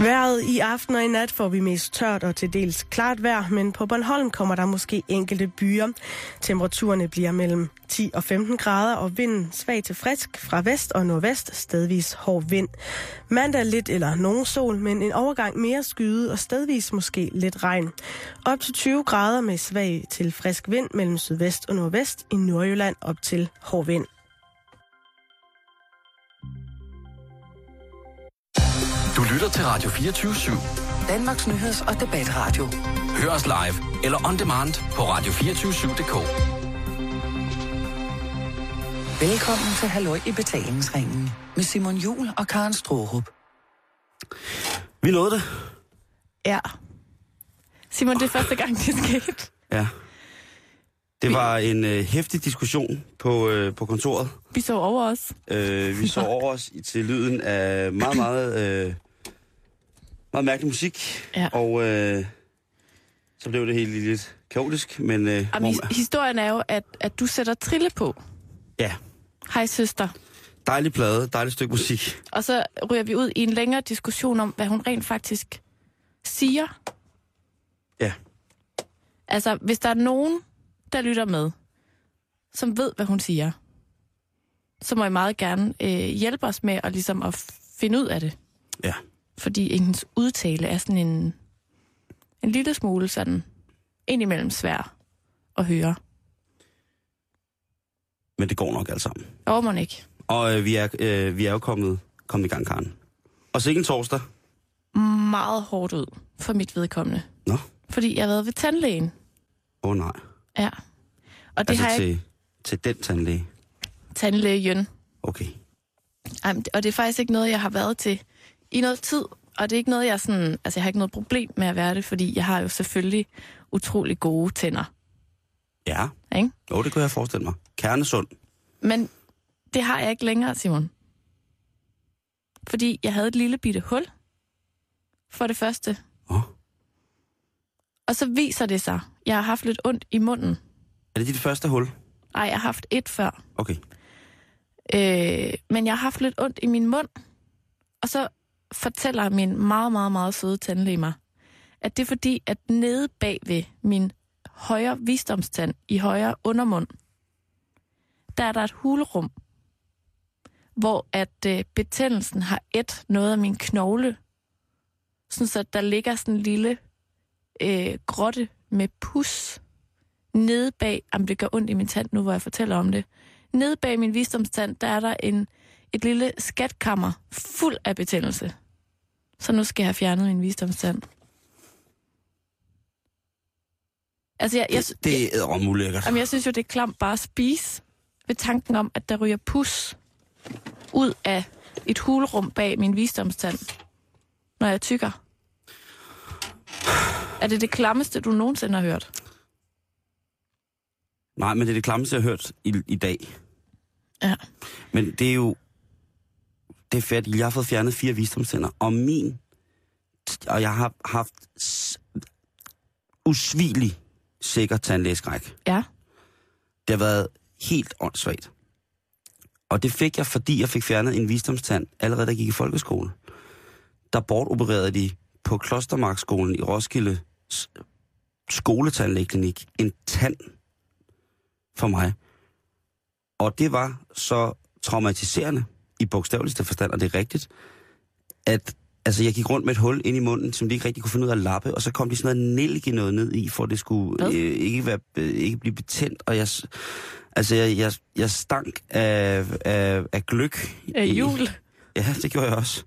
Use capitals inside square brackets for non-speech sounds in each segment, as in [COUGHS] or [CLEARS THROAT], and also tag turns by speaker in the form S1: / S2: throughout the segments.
S1: Været i aften og i nat får vi mest tørt og til dels klart vejr, men på Bornholm kommer der måske enkelte byer. Temperaturerne bliver mellem 10 og 15 grader, og vinden svag til frisk fra vest og nordvest, stedvis hård vind. Mandag lidt eller nogen sol, men en overgang mere skyde og stedvis måske lidt regn. Op til 20 grader med svag til frisk vind mellem sydvest og nordvest i Nordjylland op til hård vind.
S2: Du lytter til Radio 24-7.
S3: Danmarks Nyheds- og Debatradio.
S2: Hør os live eller on demand på radio247.dk.
S3: Velkommen til Halløj i Betalingsringen med Simon Jul og Karen Strohrup.
S4: Vi lovede det.
S5: Ja. Simon, det er første gang, det er sket.
S4: Ja. Det var en øh, hæftig diskussion på, øh, på kontoret.
S5: Vi så over os.
S4: Øh,
S5: [LAUGHS]
S4: vi så over os i- til lyden af meget, meget, øh, meget mærkelig musik.
S5: Ja.
S4: Og øh, så blev det helt lidt kaotisk, men... Øh, hvor
S5: Jamen, his-
S4: man-
S5: historien er jo, at, at du sætter trille på.
S4: ja,
S5: Hej søster.
S4: dejlig plade, dejligt stykke musik.
S5: Og så ryger vi ud i en længere diskussion om, hvad hun rent faktisk siger.
S4: Ja.
S5: Altså, hvis der er nogen, der lytter med, som ved, hvad hun siger, så må I meget gerne øh, hjælpe os med at, ligesom at finde ud af det.
S4: Ja.
S5: Fordi hendes udtale er sådan en, en lille smule sådan indimellem svær at høre.
S4: Men det går nok alt sammen.
S5: Over man ikke.
S4: Og øh, vi, er, øh, vi er jo kommet, kommet i gang, Karen. Og sikke en torsdag.
S5: Meget hårdt ud for mit vedkommende.
S4: Nå,
S5: Fordi jeg har været ved tandlægen.
S4: åh oh, nej.
S5: Ja. Og det
S4: altså
S5: altså har jeg
S4: til,
S5: ikke
S4: til den tandlæge.
S5: tandlægen.
S4: Okay.
S5: Ej, men det- Og det er faktisk ikke noget, jeg har været til i noget tid. Og det er ikke noget, jeg sådan... Altså, jeg har ikke noget problem med at være det, fordi jeg har jo selvfølgelig utrolig gode tænder.
S4: Ja.
S5: Ikke?
S4: Jo, det kunne jeg forestille mig. Kernesund.
S5: Men det har jeg ikke længere, Simon. Fordi jeg havde et lille bitte hul. For det første.
S4: Åh.
S5: Og så viser det sig. Jeg har haft lidt ondt i munden.
S4: Er det dit første hul?
S5: Nej, jeg har haft et før.
S4: Okay.
S5: Øh, men jeg har haft lidt ondt i min mund, og så fortæller min meget, meget, meget søde tandlæge mig, at det er fordi, at nede bag ved min højre visdomstand i højre undermund, der er der et hulrum, hvor at øh, betændelsen har et noget af min knogle, sådan så der ligger sådan en lille øh, grotte med pus nede bag, jamen det gør ondt i min tand nu, hvor jeg fortæller om det, nede bag min visdomstand, der er der en, et lille skatkammer fuld af betændelse. Så nu skal jeg have fjernet min visdomstand. Altså, jeg, jeg,
S4: det, det er æderom ulækkert.
S5: Jamen, jeg synes jo, det er klamt bare at spise ved tanken om, at der ryger pus ud af et hulrum bag min visdomstand, når jeg tykker. Er det det klammeste, du nogensinde har hørt?
S4: Nej, men det er det klammeste, jeg har hørt i, i dag.
S5: Ja.
S4: Men det er jo... Det er fedt. Jeg har fået fjernet fire visdomstænder, og min... Og jeg har haft s- usvigelig sikker tandlægeskræk.
S5: Ja.
S4: Det har været helt åndssvagt. Og det fik jeg, fordi jeg fik fjernet en visdomstand, allerede da jeg gik i folkeskole. Der bortopererede de på Klostermarkskolen i Roskilde s- skoletandlægeklinik en tand for mig. Og det var så traumatiserende, i bogstaveligste forstand, og det er rigtigt, at altså, jeg gik rundt med et hul ind i munden, som de ikke rigtig kunne finde ud af at lappe, og så kom de sådan noget nælke noget ned i, for at det skulle
S5: Hvad?
S4: øh, ikke, være, øh, ikke blive betændt, og jeg, s- altså, jeg, jeg, jeg stank af, af, af gløk. i-
S5: Øh, jul.
S4: Ja, det gjorde jeg også.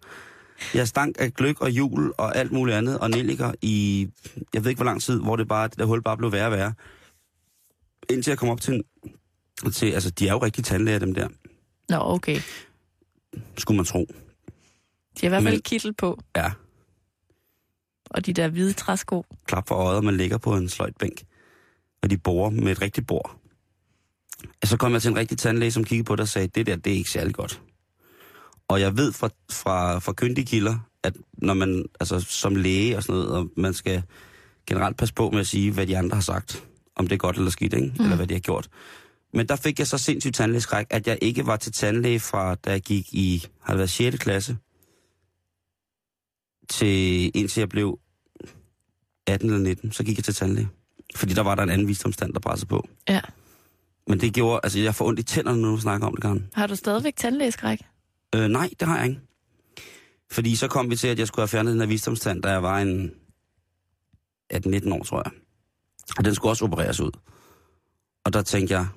S4: Jeg stank af gløk og jul og alt muligt andet, og nælliker i, jeg ved ikke hvor lang tid, hvor det bare, det der hul bare blev værre og værre. Indtil jeg kom op til, en- til altså de er jo rigtig tandlæger, dem der,
S5: Nå, okay.
S4: skulle man tro.
S5: De har i hvert fald
S4: Men-
S5: kittel på,
S4: Ja,
S5: og de der hvide træsko.
S4: klap for øjet, og man ligger på en sløjtbænk, og de borer med et rigtigt bord. Og så kom jeg til en rigtig tandlæge, som kiggede på det og sagde, det der, det er ikke særlig godt. Og jeg ved fra, fra, fra kyndige kilder, at når man, altså som læge og sådan noget, og man skal generelt passe på med at sige, hvad de andre har sagt, om det er godt eller skidt, ikke? Mm. eller hvad de har gjort. Men der fik jeg så sindssygt tandlægeskræk, at jeg ikke var til tandlæge fra, da jeg gik i, har det været 6. klasse, til, indtil jeg blev 18 eller 19, så gik jeg til tandlæge. Fordi der var der en anden visdomstand, der pressede på.
S5: Ja.
S4: Men det gjorde, altså jeg får ondt i tænderne, når du snakker om det, Karen.
S5: Har du stadigvæk tandlægeskræk?
S4: Øh, nej, det har jeg ikke. Fordi så kom vi til, at jeg skulle have fjernet den her visdomstand, da jeg var en 18-19 år, tror jeg. Og den skulle også opereres ud. Og der tænkte jeg,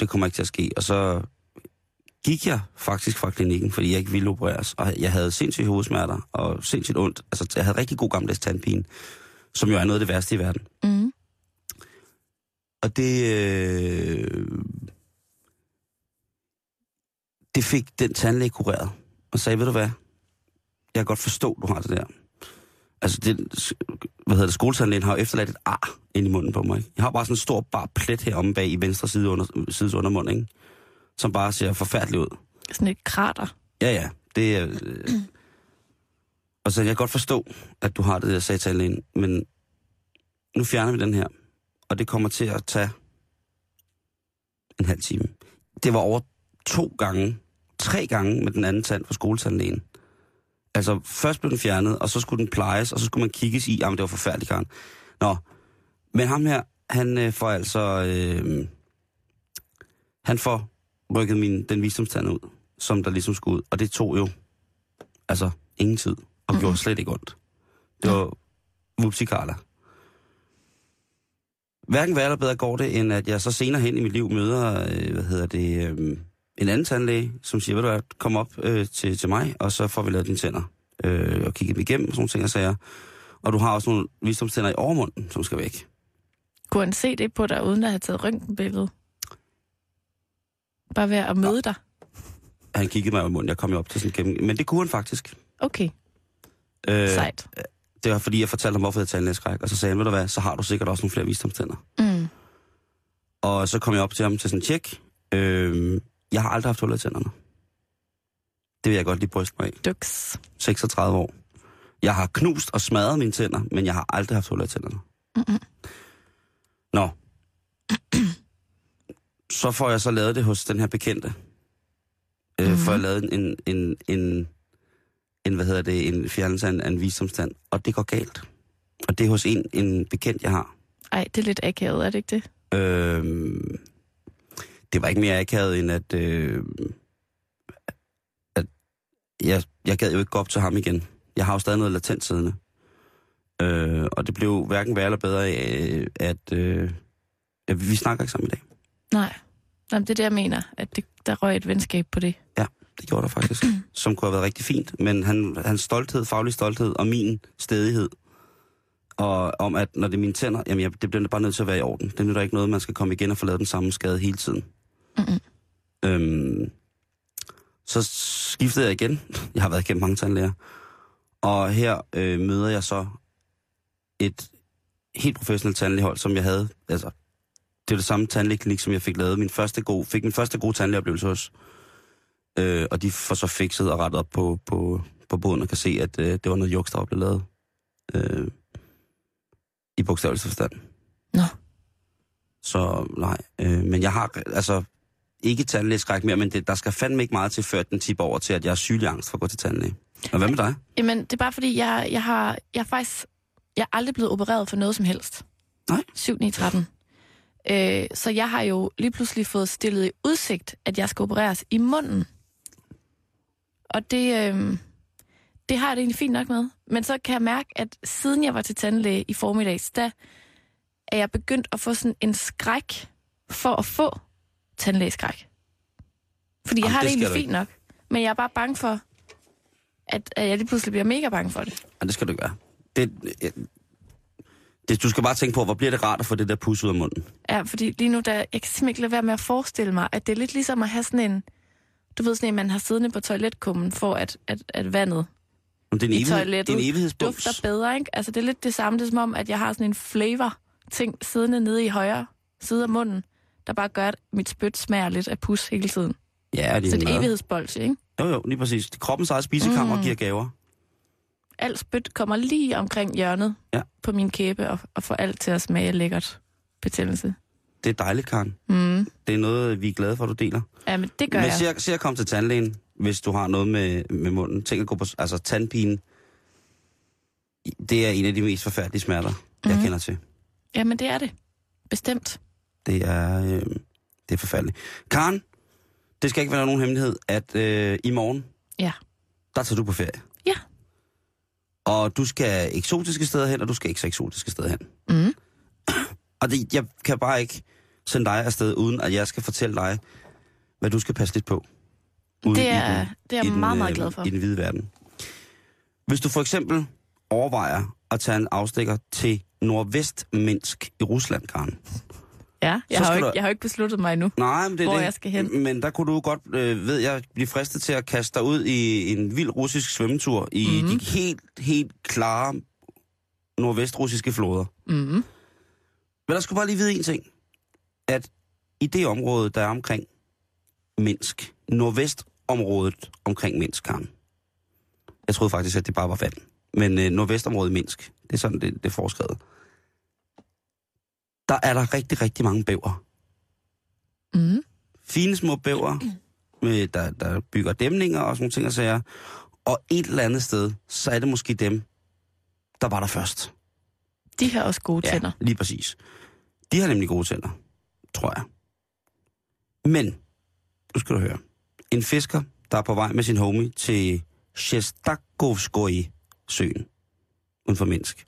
S4: det kommer ikke til at ske. Og så gik jeg faktisk fra klinikken, fordi jeg ikke ville opereres. Og jeg havde sindssyge hovedsmerter og sindssygt ondt. Altså, jeg havde rigtig god gammeldags tandpine, som jo er noget af det værste i verden.
S5: Mm.
S4: Og det... Øh, det fik den tandlæge kureret. Og sagde, ved du hvad? Jeg kan godt forstå, du har det der. Altså, det, hvad hedder det, skoletandlægen har jo efterladt et ar ind i munden på mig. Ikke? Jeg har bare sådan en stor bar plet heromme bag i venstre side under, sides undermund, ikke? Som bare ser forfærdelig ud.
S5: Sådan et krater.
S4: Ja, ja. Det er... Øh... [CLEARS THROAT] Og så jeg kan godt forstå, at du har det der, sagde tandlægen, men nu fjerner vi den her, og det kommer til at tage en halv time. Det var over to gange, tre gange med den anden tand fra skoletandlægen. Altså, først blev den fjernet, og så skulle den plejes, og så skulle man kigges i. Jamen, det var forfærdeligt, Karen. Nå, men ham her, han øh, får altså... Øh, han får rykket min, den visdomstand ud, som der ligesom skulle ud. Og det tog jo, altså, ingen tid. Og gjorde slet ikke ondt. Det var whoopsie Carla. Hverken værre eller bedre går det, end at jeg så senere hen i mit liv møder, øh, hvad hedder det, øh, en anden tandlæge, som siger, ved du hvad, kom op øh, til, til mig, og så får vi lavet dine tænder. Øh, og kigget dem igennem, og sådan nogle ting, og sager. Og du har også nogle visdomstænder i overmunden, som skal væk.
S5: Kunne han se det på dig, uden at have taget røntgenbilledet? Bare ved at møde dig?
S4: Han kiggede mig i munden, jeg kom jo op til sådan gennem... Men det kunne han faktisk.
S5: Okay,
S4: Øh,
S5: sejt.
S4: det var fordi, jeg fortalte ham, hvorfor jeg havde tandlægeskræk, og så sagde han, ved du hvad, så har du sikkert også nogle flere visdomstænder.
S5: Mm.
S4: Og så kom jeg op til ham til sådan en tjek. Øh, jeg har aldrig haft huller i tænderne. Det vil jeg godt lige bryste mig af.
S5: Duks.
S4: 36 år. Jeg har knust og smadret mine tænder, men jeg har aldrig haft huller i tænderne. Mm-hmm. Nå. så får jeg så lavet det hos den her bekendte. Øh, mm-hmm. For jeg lavet en, en, en, en, hvad hedder det, en fjernelse af en, af en visdomstand. Og det går galt. Og det er hos en, en bekendt, jeg har.
S5: Ej, det er lidt akavet, er det ikke det?
S4: Øh, det var ikke mere akavet, end at, øh, at jeg, jeg gad jo ikke gå op til ham igen. Jeg har jo stadig noget latent siddende. Øh, og det blev hverken værre eller bedre, øh, at øh, ja, vi snakker ikke sammen i dag.
S5: Nej. Jamen, det er det, jeg mener, at det, der røg et venskab på det.
S4: Det gjorde der faktisk, [CLEARS THROAT] som kunne have været rigtig fint. Men han, hans stolthed, faglig stolthed og min stedighed, og om at når det er mine tænder, jamen jeg, det bliver bare nødt til at være i orden. Det nytter ikke noget, man skal komme igen og få lavet den samme skade hele tiden.
S5: Mm-mm.
S4: Øhm, så skiftede jeg igen. [LAUGHS] Jeg har været igennem mange tandlæger. Og her øh, møder jeg så et helt professionelt tandlægehold, som jeg havde. Altså, det er det samme tandlægeklinik, som jeg fik lavet. Min første gode, fik min første gode tandlægeoplevelse hos. Øh, og de får så fikset og rettet op på, på, på båden og kan se, at øh, det var noget juks, der var blevet lavet. Øh, I bogstavelse forstand.
S5: Nå.
S4: Så nej. Øh, men jeg har altså ikke tandlægeskræk mere, men det, der skal fandme ikke meget til, før den tipper over til, at jeg er sygelig angst for at gå til tandlæge. Og hvad med dig?
S5: Jamen, det er bare fordi, jeg, jeg har jeg er faktisk jeg er aldrig blevet opereret for noget som helst.
S4: Nej.
S5: 7, 9, 13. Øh, så jeg har jo lige pludselig fået stillet i udsigt, at jeg skal opereres i munden. Og det, øh, det har jeg det egentlig fint nok med. Men så kan jeg mærke, at siden jeg var til tandlæge i formiddags, der er jeg begyndt at få sådan en skræk for at få tandlægeskræk. Fordi jeg
S4: Jamen,
S5: har det,
S4: det
S5: det egentlig
S4: skal du
S5: fint nok. Men jeg er bare bange for, at, at jeg lige pludselig bliver mega bange for det.
S4: Ja, det skal du gøre. Det, øh, det, du skal bare tænke på, hvor bliver det rart at få det der pus ud af munden.
S5: Ja, fordi lige nu, der, jeg kan simpelthen ikke lade være med at forestille mig, at det er lidt ligesom at have sådan en, du ved sådan en, man har siddende på toiletkummen, for at, at, at vandet
S4: Om det er en,
S5: i
S4: evighed, det er
S5: toilettet
S4: en evighedsbums.
S5: dufter bedre, ikke? Altså det er lidt det samme, det er som om, at jeg har sådan en flavor-ting siddende nede i højre side af munden, der bare gør, at mit spyt smager lidt af pus hele tiden.
S4: Ja, det
S5: Så
S4: er
S5: det
S4: en
S5: er
S4: mad.
S5: evighedsbolsje, ikke?
S4: Jo, jo, lige præcis. Det er Kroppens eget spisekammer mm. giver gaver.
S5: Alt spyt kommer lige omkring hjørnet
S4: Ja.
S5: på min kæbe og, og får alt til at smage lækkert betændelse.
S4: Det er dejligt, Karen.
S5: Mm.
S4: Det er noget, vi er glade for, du deler.
S5: Ja, men det gør
S4: Men
S5: jeg.
S4: se, at- se at komme til tandlægen, hvis du har noget med, med munden. Tænk at gå på altså, tandpine. Det er en af de mest forfærdelige smerter, mm-hmm. jeg
S5: Mhm.
S4: kender til.
S5: Jamen, det er det. Bestemt.
S4: Det er, øh, det er forfærdeligt. Karen, det skal ikke være nogen hemmelighed, at øh, i morgen,
S5: Ja.
S4: der tager du på ferie.
S5: Ja.
S4: Og du skal eksotiske steder hen, og du skal ikke så eksotiske steder hen.
S5: Mm.
S4: Og det, jeg kan bare ikke sende dig afsted, uden at jeg skal fortælle dig, hvad du skal passe lidt på. Ude i
S5: Det er,
S4: den-
S5: det er jeg
S4: i den,
S5: meget,
S4: øh,
S5: meget glad for.
S4: I den hvide verden. Hvis du for eksempel overvejer at tage en afstikker til nordvestminsk i Rusland, Karen.
S5: Ja, jeg har, jo
S4: Så skal
S5: ikke,
S4: du-
S5: jeg har jo ikke besluttet mig endnu.
S4: Nej, men det er
S5: Hvor
S4: det.
S5: jeg skal hen.
S4: Men der kunne du godt, øh, ved jeg, blive fristet til at kaste dig ud i en vild russisk svømmetur i mm.
S5: Mhm.
S4: de helt, helt klare nordvestrussiske floder.
S5: Mm.
S4: Men der skulle bare lige vide en ting. At i det område, der er omkring Minsk, nordvestområdet omkring Minsk, Karen. Jeg troede faktisk, at det bare var vand. Men øh, nordvestområdet i Minsk, det er sådan, det, det er foreskrevet. Der er der rigtig, rigtig mange bæver.
S5: Mm.
S4: Fine små bæver, med, der, der bygger dæmninger og sådan nogle ting og sager. Og et eller andet sted, så er det måske dem, der var der først.
S5: De har også gode tænder.
S4: Ja, lige præcis. De har nemlig gode tænder, tror jeg. Men, nu skal du høre. En fisker, der er på vej med sin homie til Shestakovskoje søen uden for Minsk.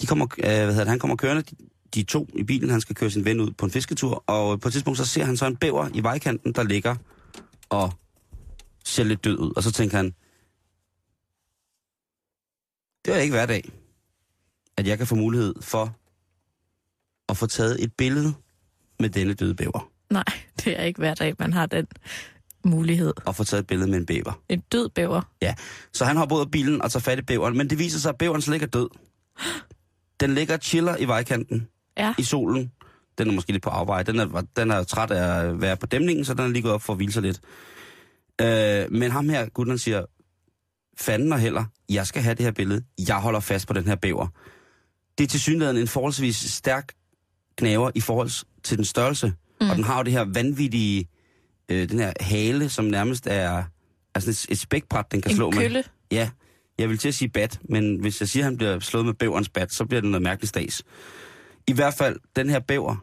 S4: De kommer, øh, hvad hedder det, han kommer kørende, de, de er to i bilen, han skal køre sin ven ud på en fisketur, og på et tidspunkt så ser han så en bæver i vejkanten, der ligger og ser lidt død ud. Og så tænker han, det er ikke hver dag, at jeg kan få mulighed for at få taget et billede med denne døde bæver.
S5: Nej, det er ikke hver dag, man har den mulighed.
S4: Og få taget et billede med en bæver.
S5: En død bæver.
S4: Så han hopper ud af bilen og tager fat i bæveren, men det viser sig, at bæveren slet ikke er død. Den ligger og chiller i vejkanten,
S5: Ja.
S4: i solen. Den er måske lidt på afvej. Den er, den er træt af at være på dæmningen, så den er lige gået op for at hvile sig lidt. Øh, men ham her, gutten, han siger, fanden og heller, jeg skal have det her billede. Jeg holder fast på den her bæver. Det er til synligheden en forholdsvis stærk knaver i forhold til den størrelse. Mm. Og den har jo det her vanvittige, øh, den her hale, som nærmest er, er sådan et, et spækbræt, den kan slå
S5: En
S4: med.
S5: kølle.
S4: Ja, jeg vil til at sige bat, men hvis jeg siger, at han bliver slået med bæverens bat, så bliver det noget mærkeligt stads. I hvert fald, den her bæver,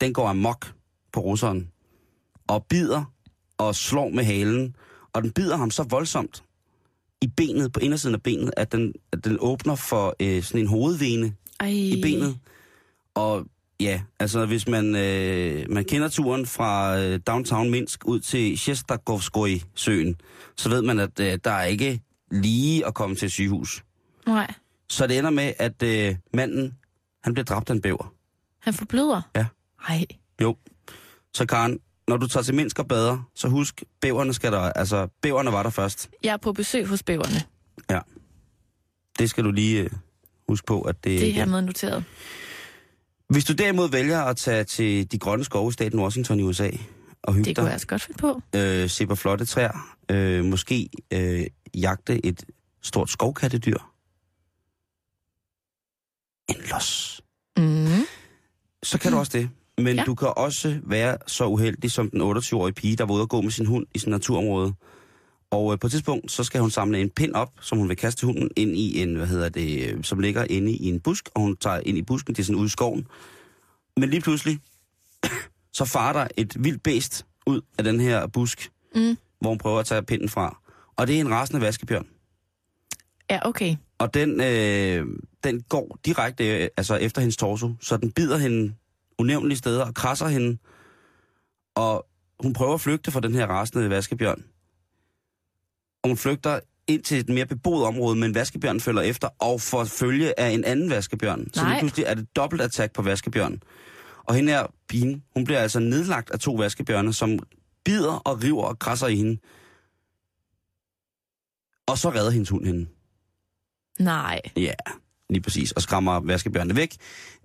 S4: den går amok på russeren, og bider og slår med halen, og den bider ham så voldsomt i benet, på indersiden af benet, at den, at den åbner for øh, sådan en hovedvene,
S5: Ej.
S4: i benet. Og ja, altså hvis man, øh, man kender turen fra øh, downtown Minsk ud til Shestakovskoje-søen, så ved man, at øh, der er ikke lige at komme til et sygehus.
S5: Nej,
S4: Så det ender med, at øh, manden, han bliver dræbt af en bæver.
S5: han forbløder.
S4: Ja.
S5: Ej.
S4: Jo. Så Karen, når du tager til Minsk og bader, så husk, bæverne skal der, altså bæverne var der først.
S5: Jeg er på besøg hos bæverne.
S4: Det skal du lige øh, huske på, at det,
S5: Det er hermed noteret.
S4: Hvis du derimod vælger at tage til de grønne skove i staten Washington i USA og hygge
S5: Det
S4: dig,
S5: kunne jeg også godt finde på.
S4: øh, se på flotte træer, øh, måske øh, jagte et stort skovkattedyr. En los.
S5: Mm.
S4: Så kan du også det. Men ja.
S5: Ja.
S4: du kan også være så uheldig som den 28-årige pige, der var ude at gå med sin hund i sin naturområde. Og øh, på et tidspunkt, så skal hun samle en pind op, som hun vil kaste hunden ind i en, hvad hedder det, øh, som ligger inde i en busk, og hun tager ind i busken, det er sådan ude i skoven. Men lige pludselig, [COUGHS] så farer der et vildt bæst ud af den her busk,
S5: Mm.
S4: hvor hun prøver at tage pinden fra. Og det er en rasende vaskebjørn.
S5: Ja, okay.
S4: Og den, øh, den går direkte øh, altså efter hendes torso, så den bider hende unævnlige steder og krasser hende. Og hun prøver at flygte fra den her rasende vaskebjørn. Og hun flygter ind til et mere beboet område, men vaskebjørn følger efter og får følge af en anden vaskebjørn. Så lige
S5: Nej.
S4: pludselig er det dobbelt attack på vaskebjørn. Og hende her pigen, hun bliver altså nedlagt af to vaskebjørne, som bider og river og krasser i hende. Og så redder hendes hund hende.
S5: Nej.
S4: Ja, lige præcis. Og skræmmer vaskebjørnene væk.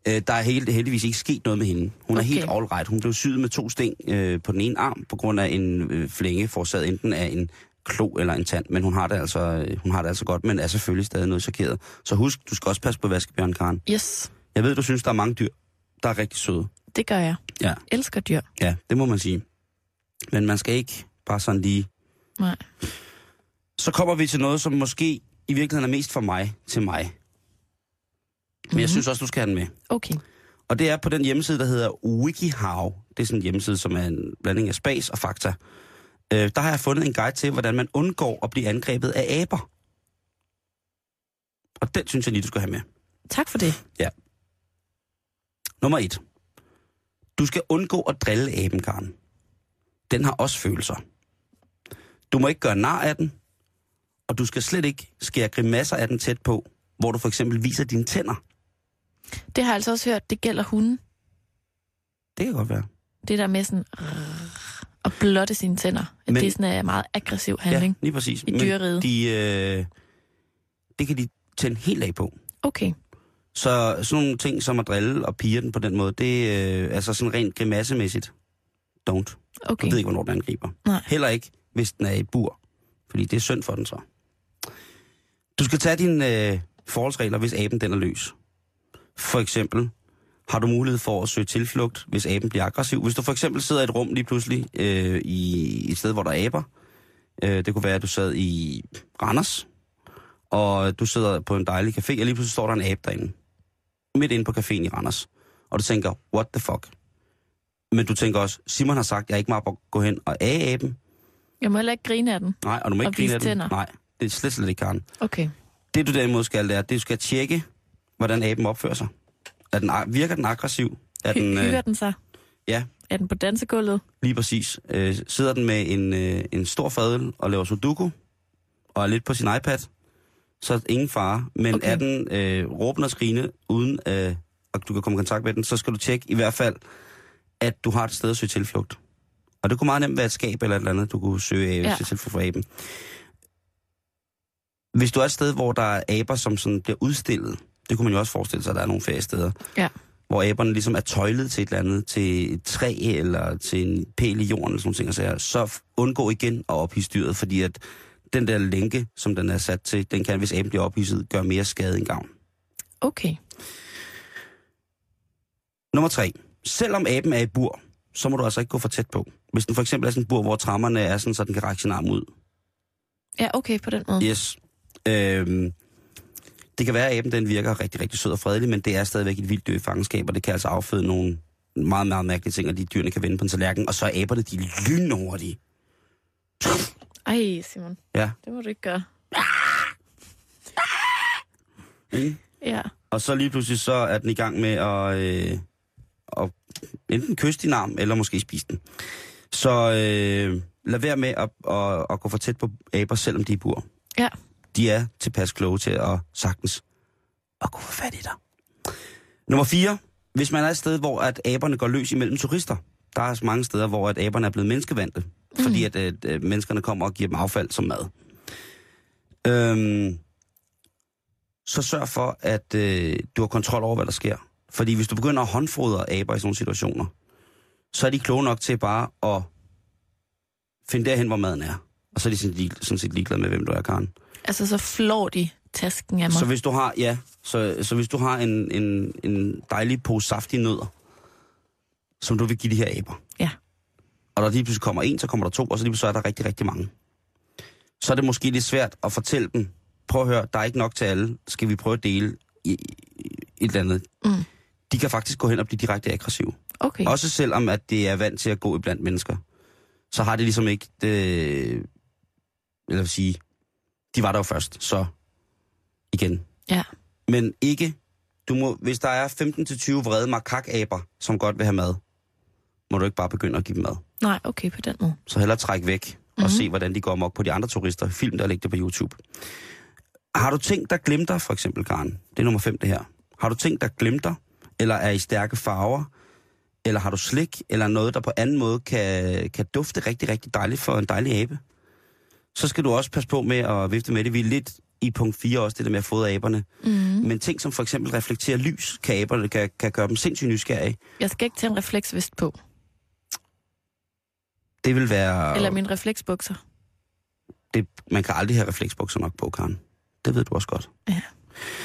S4: Øh, der er helt, heldigvis ikke sket noget med hende. Hun okay. er
S5: Okay.
S4: helt all right. Hun blev syet med to sten øh, på den ene arm, på grund af en øh, flænge forårsaget enten af en klo eller en tand. Men hun har, det altså, øh, hun har det altså godt, men er selvfølgelig stadig noget chokeret. Så husk, du skal også passe på vaskebjørn, Karen.
S5: Yes,
S4: Jeg ved, du synes, der er mange dyr, der er rigtig søde.
S5: det gør jeg.
S4: Ja.
S5: Elsker dyr.
S4: Ja, det må man sige. Men man skal ikke bare sådan lige
S5: Nej.
S4: Så kommer vi til noget, som måske i virkeligheden er mest for mig til mig. Men jeg synes også, du skal have den med.
S5: Okay.
S4: Og det er på den hjemmeside, der hedder WikiHow. Det er sådan en hjemmeside, som er en blanding af spas og fakta. Øh, der har jeg fundet en guide til, hvordan man undgår at blive angrebet af aber. Og den synes jeg lige, du skal have med.
S5: Tak for det.
S4: Nummer et. Du skal undgå at drille aben, Karen. Den har også følelser. Du må ikke gøre nar af den, og du skal slet ikke skære grimasser af den tæt på, hvor du for eksempel viser dine tænder.
S5: Det har jeg altså også hørt, det gælder hunden.
S4: Det kan godt være.
S5: Det der med sådan... Og blotte sine tænder. At
S4: Men-
S5: det er sådan en meget aggressiv handling.
S4: Ja, lige præcis.
S5: I dyreriget.
S4: de, øh, det kan de tænde helt af på.
S5: Okay.
S4: Så sådan nogle ting som at drille og pige den på den måde, det er øh, altså sådan rent grimassemæssigt. Don't. Du
S5: Okay.
S4: ved ikke, hvornår den angriber.
S5: Nej.
S4: Heller ikke, hvis den er i bur. Fordi det er synd for den så. Du skal tage dine øh, forholdsregler, hvis aben den er løs. For eksempel har du mulighed for at søge tilflugt, hvis aben bliver aggressiv. Hvis du for eksempel sidder i et rum lige pludselig øh, i et sted, hvor der er aber. Øh, det kunne være, at du sad i Randers, og du sidder på en dejlig café, og lige pludselig står der en abe derinde. Midt inde på caféen i Randers. Og du tænker, what the fuck? Men du tænker også, Simon har sagt, at jeg ikke må op- gå hen og af aben.
S5: Jeg må heller ikke grine af den.
S4: Nej, og du må ikke
S5: Og vise
S4: grine af den.
S5: tænder.
S4: Nej, det er slet, slet ikke, Karen.
S5: Okay.
S4: Det du derimod skal, det er, at du skal tjekke, hvordan aben opfører sig. Er den, ag- virker den aggressiv? Er
S5: Hy-
S4: den, øh,
S5: hygger den sig?
S4: ja.
S5: Er den på dansegulvet?
S4: lige præcis. Øh, sidder den med en, øh, en stor fadel og laver sudoku, og er lidt på sin iPad, så er ingen fare. Men
S5: Okay.
S4: okay. er den øh, råben og skrigende, uden øh, at du kan komme i kontakt med den, så skal du tjekke i hvert fald, at du har et sted at søge tilflugt. Og det kunne meget nemt være et skab eller et eller andet, du kunne søge af,
S5: Ja.
S4: ja. tilflugt fra aben. Hvis du er et sted, hvor der er aber, som sådan bliver udstillet, det kunne man jo også forestille sig, at der er nogle feriesteder,
S5: Ja.
S4: hvor aberne ligesom er tøjlet til et eller andet, til et træ eller til en pæl i jorden eller sådan nogle ting, og sager, så f- undgå igen at ophidse dyret, fordi at den der lænke, som den er sat til, den kan, hvis aben bliver ophidset, gøre mere skade end gavn.
S5: Okay.
S4: Nummer tre. Selvom aben er i bur, så må du altså ikke gå for tæt på. Hvis den for eksempel er sådan en bur, hvor trammerne er sådan, så den kan række sin arm ud.
S5: Ja, okay på den måde.
S4: Yes. Øhm, det kan være, at aben den virker rigtig, rigtig sød og fredelig, men det er stadigvæk et vildt dyr i fangenskab, og det kan altså afføde nogle meget, meget mærkelige ting, og de dyrene kan vende på en tallerken, og så er aberne, de er lynhurtige.
S5: Ej, Simon.
S4: Ja.
S5: Det må du ikke gøre.
S4: Ah! Ikke?
S5: Ja.
S4: Og så lige pludselig, så er den i gang med at, øh, at enten kysse din arm, eller måske spise den. Så øh, lad være med at, at, at gå for tæt på aber, selvom de er i bur.
S5: Ja.
S4: De er tilpas kloge til at sagtens at kunne få fat i dig. Nummer 4. Hvis man er et sted, hvor at aberne går løs imellem turister. Der er mange steder, hvor at aberne er blevet menneskevandte. Mm. Fordi at, at, at menneskerne kommer og giver dem affald som mad. Øhm, så sørg for, at øh, du har kontrol over, hvad der sker. Fordi hvis du begynder at håndfodre aber i sådan nogle situationer, så er de kloge nok til bare at finde derhen, hvor maden er. Og så er de sådan, lig, sådan set ligeglade med, hvem du er, Karen.
S5: Altså, så flår de tasken af mig.
S4: Så hvis du har, ja, så, så hvis du har en, en, en dejlig pose saftige nødder, som du vil give de her aber.
S5: Ja.
S4: Og der lige pludselig kommer en, så kommer der to, og så lige pludselig er der rigtig, rigtig mange. Så er det måske lidt svært at fortælle dem, prøv at høre, der er ikke nok til alle, skal vi prøve at dele i, i et eller andet.
S5: Mm.
S4: De kan faktisk gå hen og blive direkte aggressive.
S5: Okay.
S4: Også selvom, at det er vant til at gå iblandt mennesker, så har det ligesom ikke det, eller jeg vil sige, de var der jo først, så igen.
S5: Ja.
S4: Men ikke, du må, hvis der er 15-20 vrede makakaber, som godt vil have mad, må du ikke bare begynde at give dem mad.
S5: Nej, okay på den måde.
S4: Så hellere træk væk og
S5: Mhm.
S4: se, hvordan de går amok på de andre turister. Film der og læg det på YouTube. Har du ting, der glemte dig, for eksempel, Karen? Det er nummer fem, det her. Har du ting, der glemte dig, eller er i stærke farver, eller har du slik, eller noget, der på anden måde kan, kan dufte rigtig, rigtig dejligt for en dejlig abe? Så skal du også passe på med at vifte med det. Vi er lidt i punkt 4 også, det der med at fodre aberne.
S5: Mm.
S4: Men ting, som for eksempel reflekterer lys, kan aberne kan, kan gøre dem sindssygt nysgerrige.
S5: Jeg skal ikke tage en refleksvest på.
S4: Det vil være...
S5: Eller mine refleksbukser.
S4: det, man kan aldrig have refleksbukser nok på, Karen. Det ved du også godt.
S5: Ja.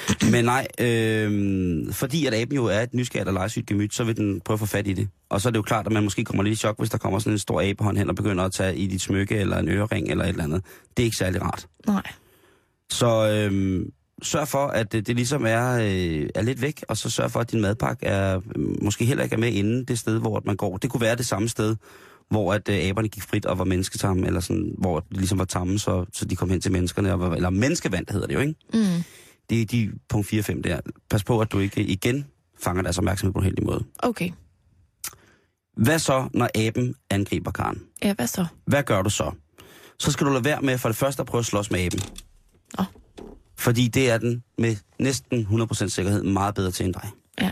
S4: [CLEARS THROAT] Men nej, øh, fordi at aben jo er et nysgerrigt og legesygt gemyt, så vil den prøve at få fat i det. Og så er det jo klart, at man måske kommer lidt i chok, hvis der kommer sådan en stor abehånd hen og begynder at tage i dit smykke eller en ørering eller et eller andet. Det er ikke særlig rart.
S5: Nej.
S4: Så øh, sørg for, at det, det ligesom er, øh, er lidt væk, og så sørg for, at din madpakke er, øh, måske heller ikke er med inden det sted, hvor at man går. Det kunne være det samme sted, hvor at øh, aberne gik frit og var mennesketamme, eller sådan, hvor de ligesom var tamme, så, så de kom hen til menneskerne, og var, eller menneskevand hedder det jo, ikke?
S5: Mm.
S4: Det er de punkt 4-5 der. Pas på, at du ikke igen fanger deres opmærksomhed på en heldig måde.
S5: Okay.
S4: Hvad så, når aben angriber karen?
S5: Ja, hvad så?
S4: Hvad gør du så? Så skal du lade være med for det første at prøve at slås med aben.
S5: Nå.
S4: Fordi det er den med næsten 100% sikkerhed meget bedre til end dig.
S5: Ja.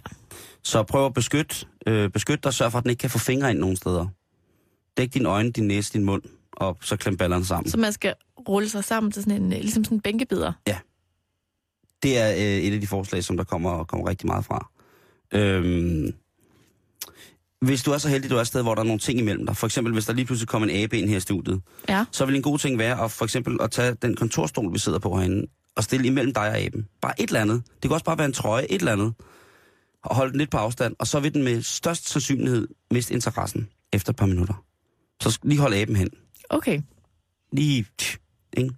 S4: Så prøv at beskytte, øh, beskytte dig, sørg for, at den ikke kan få fingre ind nogen steder. Dæk dine øjne, din næse, din mund, og så klem ballerne sammen.
S5: Så man skal rulle sig sammen til sådan en, øh, ligesom sådan en bænkebider.
S4: Det er øh, et af de forslag, som der kommer, kommer rigtig meget fra. Øhm, hvis du er så heldig, du er et sted, hvor der er nogle ting imellem dig. For eksempel, hvis der lige pludselig kommer en abe ind her i studiet,
S5: Ja.
S4: så vil en god ting være at for eksempel at tage den kontorstol, vi sidder på herinde, og stille imellem dig og aben. Bare et eller andet. Det kan også bare være en trøje, et eller andet. Og holde den lidt på afstand, og så vil den med størst sandsynlighed miste interessen efter et par minutter. Så sk- lige hold aben hen.
S5: Okay.
S4: Lige, tch, ikke?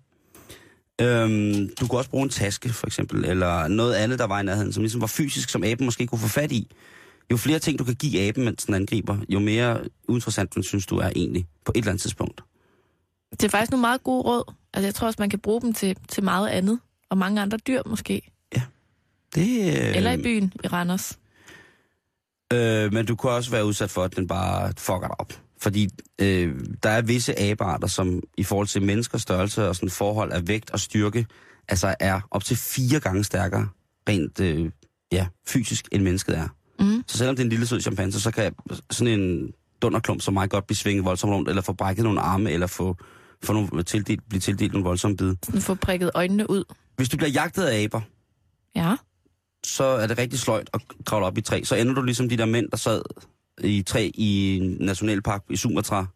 S4: Øhm, du kunne også bruge en taske, for eksempel, eller noget andet, der var i nærheden, som ligesom var fysisk, som aben måske kunne få fat i. Jo flere ting, du kan give aben, mens den angriber, jo mere uinteressant den synes, du er egentlig, på et eller andet tidspunkt.
S5: Det er faktisk nogle meget gode råd. Altså, jeg tror også, man kan bruge dem til, til meget andet. Og mange andre dyr måske.
S4: Det, øh,
S5: Eller i byen i Randers.
S4: Øh, men du kan også være udsat for, at den bare fucker dig op. Fordi øh, der er visse abearter, som i forhold til menneskers størrelse og sådan forhold af vægt og styrke, altså er op til fire gange stærkere rent øh, ja, fysisk, end mennesket er.
S5: Mm.
S4: Så selvom det er en lille sød chimpanse, så kan sådan en dunderklump som mig godt blive svinget voldsomt rundt, eller få brækket nogle arme, eller få, få nogle, tildelt, blive tildelt nogle voldsomme bid.
S5: Sådan få prikket øjnene ud.
S4: Hvis du bliver jagtet af aber,
S5: Ja.
S4: så er det rigtig sløjt at kravle op i træ. Så ender du ligesom de der mænd, der sad i træ i en nationalpark i Sumatra,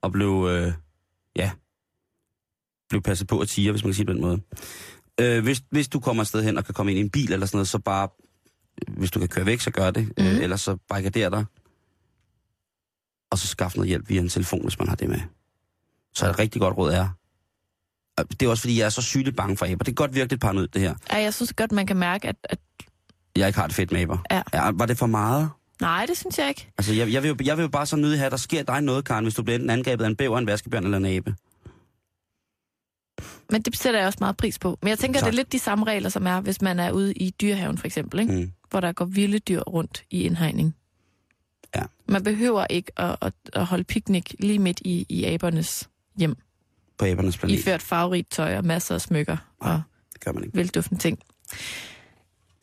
S4: og blev, øh, ja, blev passet på af tiger, hvis man kan sige det på den måde. Øh, hvis, hvis du kommer afsted hen og kan komme ind i en bil eller sådan noget, så bare, hvis du kan køre væk, så gør det. Mm. Øh,
S5: Mhm.
S4: ellers så barrikader dig. Og så skaff noget hjælp via en telefon, hvis man har det med. Så et rigtig godt råd er, og det er også fordi, jeg er så sygt bange for aber. Det kan godt virke lidt paranoid, det her.
S5: Ej, jeg synes godt, man kan mærke, at, at...
S4: Jeg ikke har det fedt med aber.
S5: Ja.
S4: Ja, var det for meget?
S5: Nej, det synes jeg ikke.
S4: Altså, jeg, jeg, vil, jo, jeg vil jo bare så nyde her, der sker dig noget, Karen, hvis du bliver enten angrebet af en bæver, en vaskebjørn eller en abe.
S5: Men det sætter jeg også meget pris på. Men jeg tænker,
S4: Tak.
S5: det er lidt de samme regler, som er, hvis man er ude i dyrehaven for eksempel, ikke?
S4: Mm.
S5: hvor der går vilde dyr rundt i indhegning.
S4: Ja.
S5: Man behøver ikke at, at, at holde piknik lige midt i, i abernes hjem.
S4: På abernes planet.
S5: Iført farverigt tøj og masser af smykker og
S4: Det gør man ikke.
S5: velduftende ting.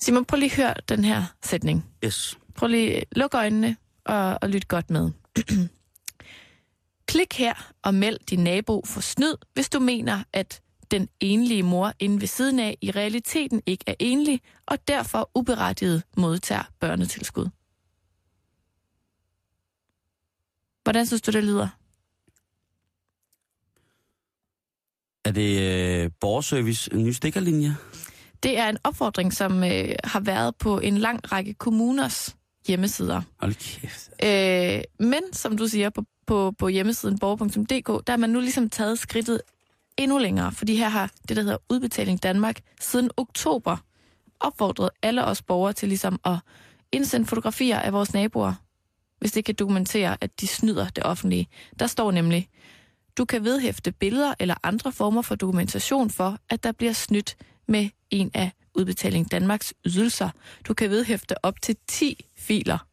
S5: Simon, prøv lige at høre den her sætning.
S4: Yes.
S5: Prøv lige luk øjnene og, og lyt godt med. [CLEARS THROAT] Klik her og meld din nabo for snyd, hvis du mener, at den enlige mor inde ved siden af i realiteten ikke er enlig, og derfor uberettiget modtager børnetilskud. Hvordan synes du, det lyder?
S4: Er det øh, borgerservice, en ny stikkerlinje?
S5: Det er en opfordring, som øh, har været på en lang række kommuners hjemmesider.
S4: Hold kæft.
S5: Øh, men som du siger på, på, på hjemmesiden borger.dk, der har man nu ligesom taget skridtet endnu længere, fordi her har det, der hedder Udbetaling Danmark, siden oktober opfordret alle os borgere til ligesom at indsende fotografier af vores naboer, hvis det kan dokumentere, at de snyder det offentlige. Der står nemlig, du kan vedhæfte billeder eller andre former for dokumentation for, at der bliver snydt med en af Udbetaling Danmarks ydelser. Du kan vedhæfte op til 10 filer.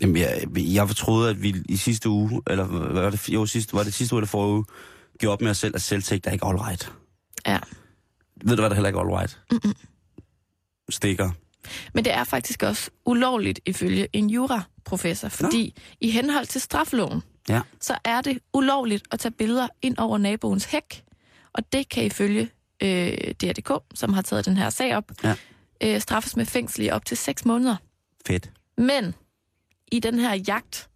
S4: Jamen, jeg, jeg troede, at vi i sidste uge, eller hvad var det, jo, sidste, var det sidste uge eller forrige uge, gjorde op med os selv, at selvtægt er ikke all right.
S5: Ja.
S4: Ved du, hvad der heller ikke er all right? Mm-mm. Stikker.
S5: Men det er faktisk også ulovligt ifølge en juraprofessor, fordi i henhold til strafloven,
S4: Ja.
S5: så er det ulovligt at tage billeder ind over naboens hæk, og det kan ifølge øh, DRDK, som har taget den her sag op,
S4: Ja.
S5: øh, straffes med fængsel i op til 6 måneder.
S4: Fedt.
S5: Men i den her jagt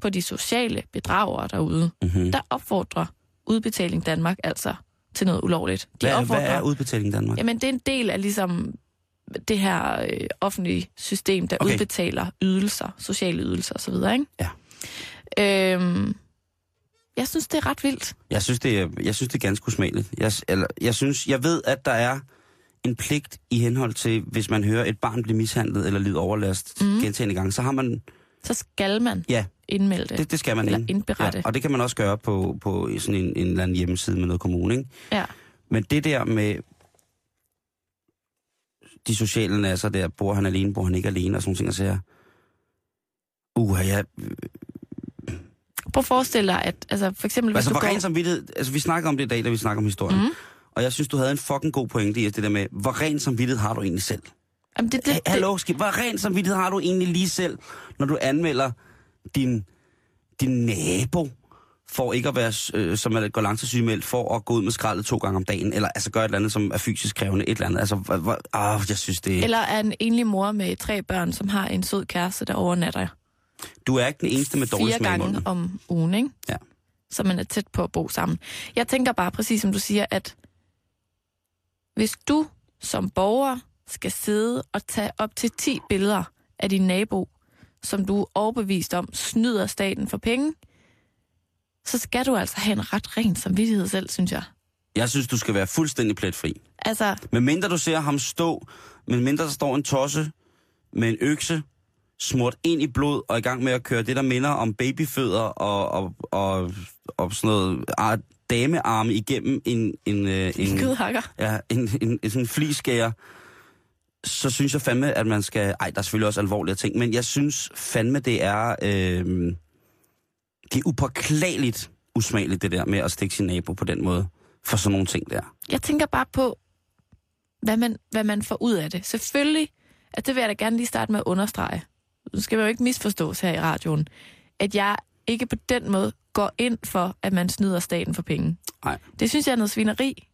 S5: på de sociale bedragere derude,
S4: Mm-hmm.
S5: der opfordrer Udbetaling Danmark altså til noget ulovligt. De
S4: Hvad, er,
S5: opfordrer,
S4: hvad er udbetaling
S5: [LAUGHS]
S4: Danmark?
S5: Jamen, det er en del af ligesom det her øh, offentlige system, der
S4: Okay.
S5: okay. udbetaler ydelser, sociale ydelser osv., ikke?
S4: Ja.
S5: Øhm, Jeg synes, det er ret vildt.
S4: Jeg synes, det er, jeg synes, det er ganske usmageligt. Jeg, eller, jeg, synes, jeg ved, at der er en pligt i henhold til, hvis man hører et barn blive mishandlet eller lide overlast mm. gentagende gange, så har man...
S5: Så skal man
S4: Ja,
S5: indmelde det.
S4: det, det skal man
S5: Eller
S4: ikke.
S5: indberette.
S4: Ja, og det kan man også gøre på, på sådan en, en eller anden hjemmeside med noget kommune, ikke?
S5: Ja.
S4: Men det der med de sociale nasser der, bor han alene, bor han ikke alene, og sådan nogle ting, og siger, uha, ja,
S5: Prøv at forestille dig, at altså, for eksempel, hvis
S4: altså
S5: du
S4: hvor ren
S5: går... Mhm.
S4: samvittighed, altså vi snakker om det i dag, da vi snakker om historien, mm. og jeg synes, du havde en fucking god pointe i at det der med, hvor ren samvittighed har du egentlig selv?
S5: Jamen, det, det,
S4: Hey,
S5: det,
S4: hallo, skib, hvor ren samvittighed har du egentlig lige selv, når du anmelder din, din nabo for ikke at være, øh, som at går langt til sygemeldt, for at gå ud med skraldet to gange om dagen, eller altså gøre et eller andet, som er fysisk krævende, et eller andet. Altså, hvor, hvor, åh, jeg synes det...
S5: Eller er en enlig mor med tre børn, som har en sød kæreste, der overnatter
S4: Du er ikke den eneste med dårlig
S5: fire
S4: smag i munden.
S5: gange om ugen, ikke?
S4: Ja.
S5: Så man er tæt på at bo sammen. Jeg tænker bare, præcis som du siger, at hvis du som borger skal sidde og tage op til 10 billeder af din nabo, som du er overbevist om, snyder staten for penge, så skal du altså have en ret ren samvittighed selv, synes jeg.
S4: Jeg synes, du skal være fuldstændig pletfri.
S5: Altså,
S4: Men mindre du ser ham stå, men mindre der står en tosse med en økse, smurt ind i blod og i gang med at køre det, der minder om babyfødder og, og, og, og sådan noget ar, damearme igennem en, en, øh, en,
S5: skydhakker.
S4: ja, en, en, en, sådan en fliskærer, så synes jeg fandme, at man skal... Ej, der er selvfølgelig også alvorlige ting, men jeg synes fandme, det er... Øh, det er upåklageligt usmageligt, det der med at stikke sin nabo på den måde, for sådan nogle ting der.
S5: jeg tænker bare på, hvad man, hvad man får ud af det. Selvfølgelig, at det vil jeg da gerne lige starte med at understrege. Nu skal man jo ikke misforstås her i radioen, at jeg ikke på den måde går ind for, at man snyder staten for penge.
S4: Nej,
S5: Det synes jeg er noget svineri.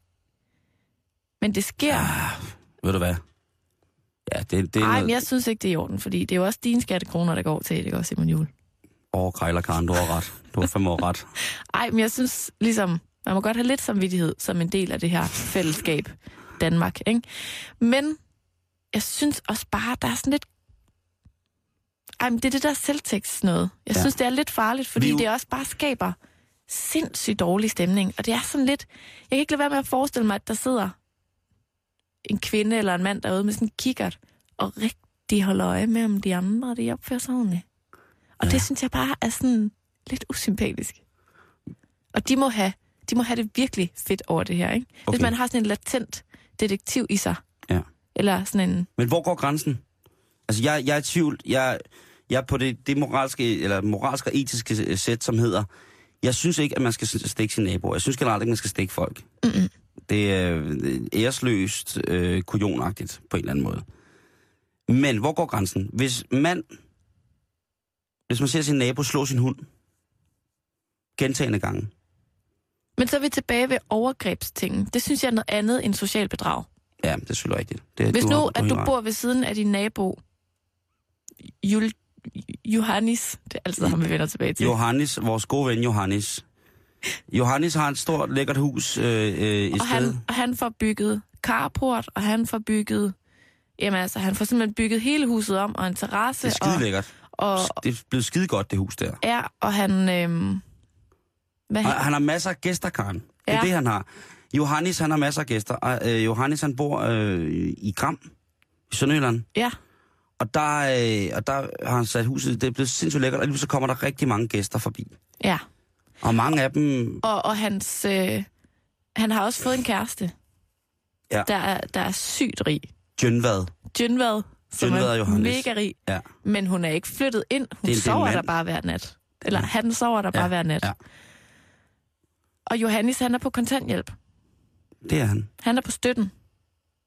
S5: Men det sker. Ja,
S4: ved du hvad? Ja, Ah. det, det er
S5: Ej, men
S4: noget...
S5: jeg synes ikke, det er i orden, fordi det er jo også dine skattekroner, der går til, det ikke også, Simon Juhl?
S4: Åh, oh, Krejler Karen, du har ret. Du har fandme ret.
S5: Ej, men jeg synes ligesom, man må godt have lidt samvittighed som en del af det her fællesskab Danmark, ikke? Men jeg synes også bare, der er sådan lidt... Ej, men det er det der selvtekst noget. Jeg
S4: Ja.
S5: ja. synes, det er lidt farligt, fordi
S4: Vi er jo-
S5: det også bare skaber sindssygt dårlig stemning. Og det er sådan lidt... Jeg kan ikke lade være med at forestille mig, at der sidder en kvinde eller en mand derude med sådan en kikkert og rigtig holder øje med, om de andre og de opfører sig ordentligt. Og ja. det synes jeg bare er sådan lidt usympatisk. Og de må have, de må have det virkelig fedt over det her, ikke? Okay. Hvis
S4: Okay.
S5: man har sådan en latent detektiv i sig.
S4: Ja.
S5: Eller sådan en...
S4: Men hvor går grænsen? Altså, jeg, jeg er i tvivl. Jeg, jeg er på det, det moralske, eller moralske og etiske øh, sæt, som hedder, jeg synes ikke, at man skal s- stikke sin nabo. Jeg synes generelt ikke, man skal stikke folk. Mm-mm. Det er øh, æresløst, øh, kujonagtigt på en eller anden måde. Men hvor går grænsen? Hvis man, hvis man ser sin nabo slå sin hund gentagende gange,
S5: Men så er vi tilbage ved overgrebstingen. Det synes jeg er noget andet end social bedrag.
S4: ja, det er selvfølgelig rigtigt. Det,
S5: Hvis
S4: har-
S5: nu,
S4: har
S5: at du
S4: helt ret.
S5: bor ved siden af din nabo, Jul... Johannes, det er altid ham, vi vender tilbage til.
S4: Johannes, vores gode ven Johannes. Johannes har et stort, lækkert hus øh, øh, i
S5: og, han,
S4: stedet.
S5: og han får bygget carport, og han får bygget... Jamen altså, han får simpelthen bygget hele huset om, og en terrasse,
S4: Det er skide lækkert.
S5: og, og,
S4: Det er blevet skide godt, det hus der.
S5: Ja, og han... Øhm, hvad,
S4: Og han har masser af gæster, Karen. Det er
S5: Ja.
S4: det, han har. Johannes, han har masser af gæster. Og, øh, Johannes, han bor øh, i Gram, i Sønderjylland.
S5: ja,
S4: Og der, øh, og der har han sat huset, det er blevet sindssygt lækkert, og lige så kommer der rigtig mange gæster forbi.
S5: ja.
S4: Og mange af dem,
S5: Og, og hans... Øh, han har også fået en kæreste,
S4: Ja.
S5: der, er, der er sygt rig.
S4: Jønvad.
S5: Jynvad, som
S4: Jynvad
S5: er
S4: og Johannes.
S5: mega rig,
S4: Ja.
S5: men hun er ikke flyttet ind. Hun
S4: Det er
S5: det,
S4: en
S5: sover
S4: mand. Mm.
S5: der bare hver nat. Eller ja. han sover der
S4: Ja,
S5: bare hver nat.
S4: ja.
S5: Og Johannes, han er på kontanthjælp.
S4: Det er han.
S5: Han er på støtten.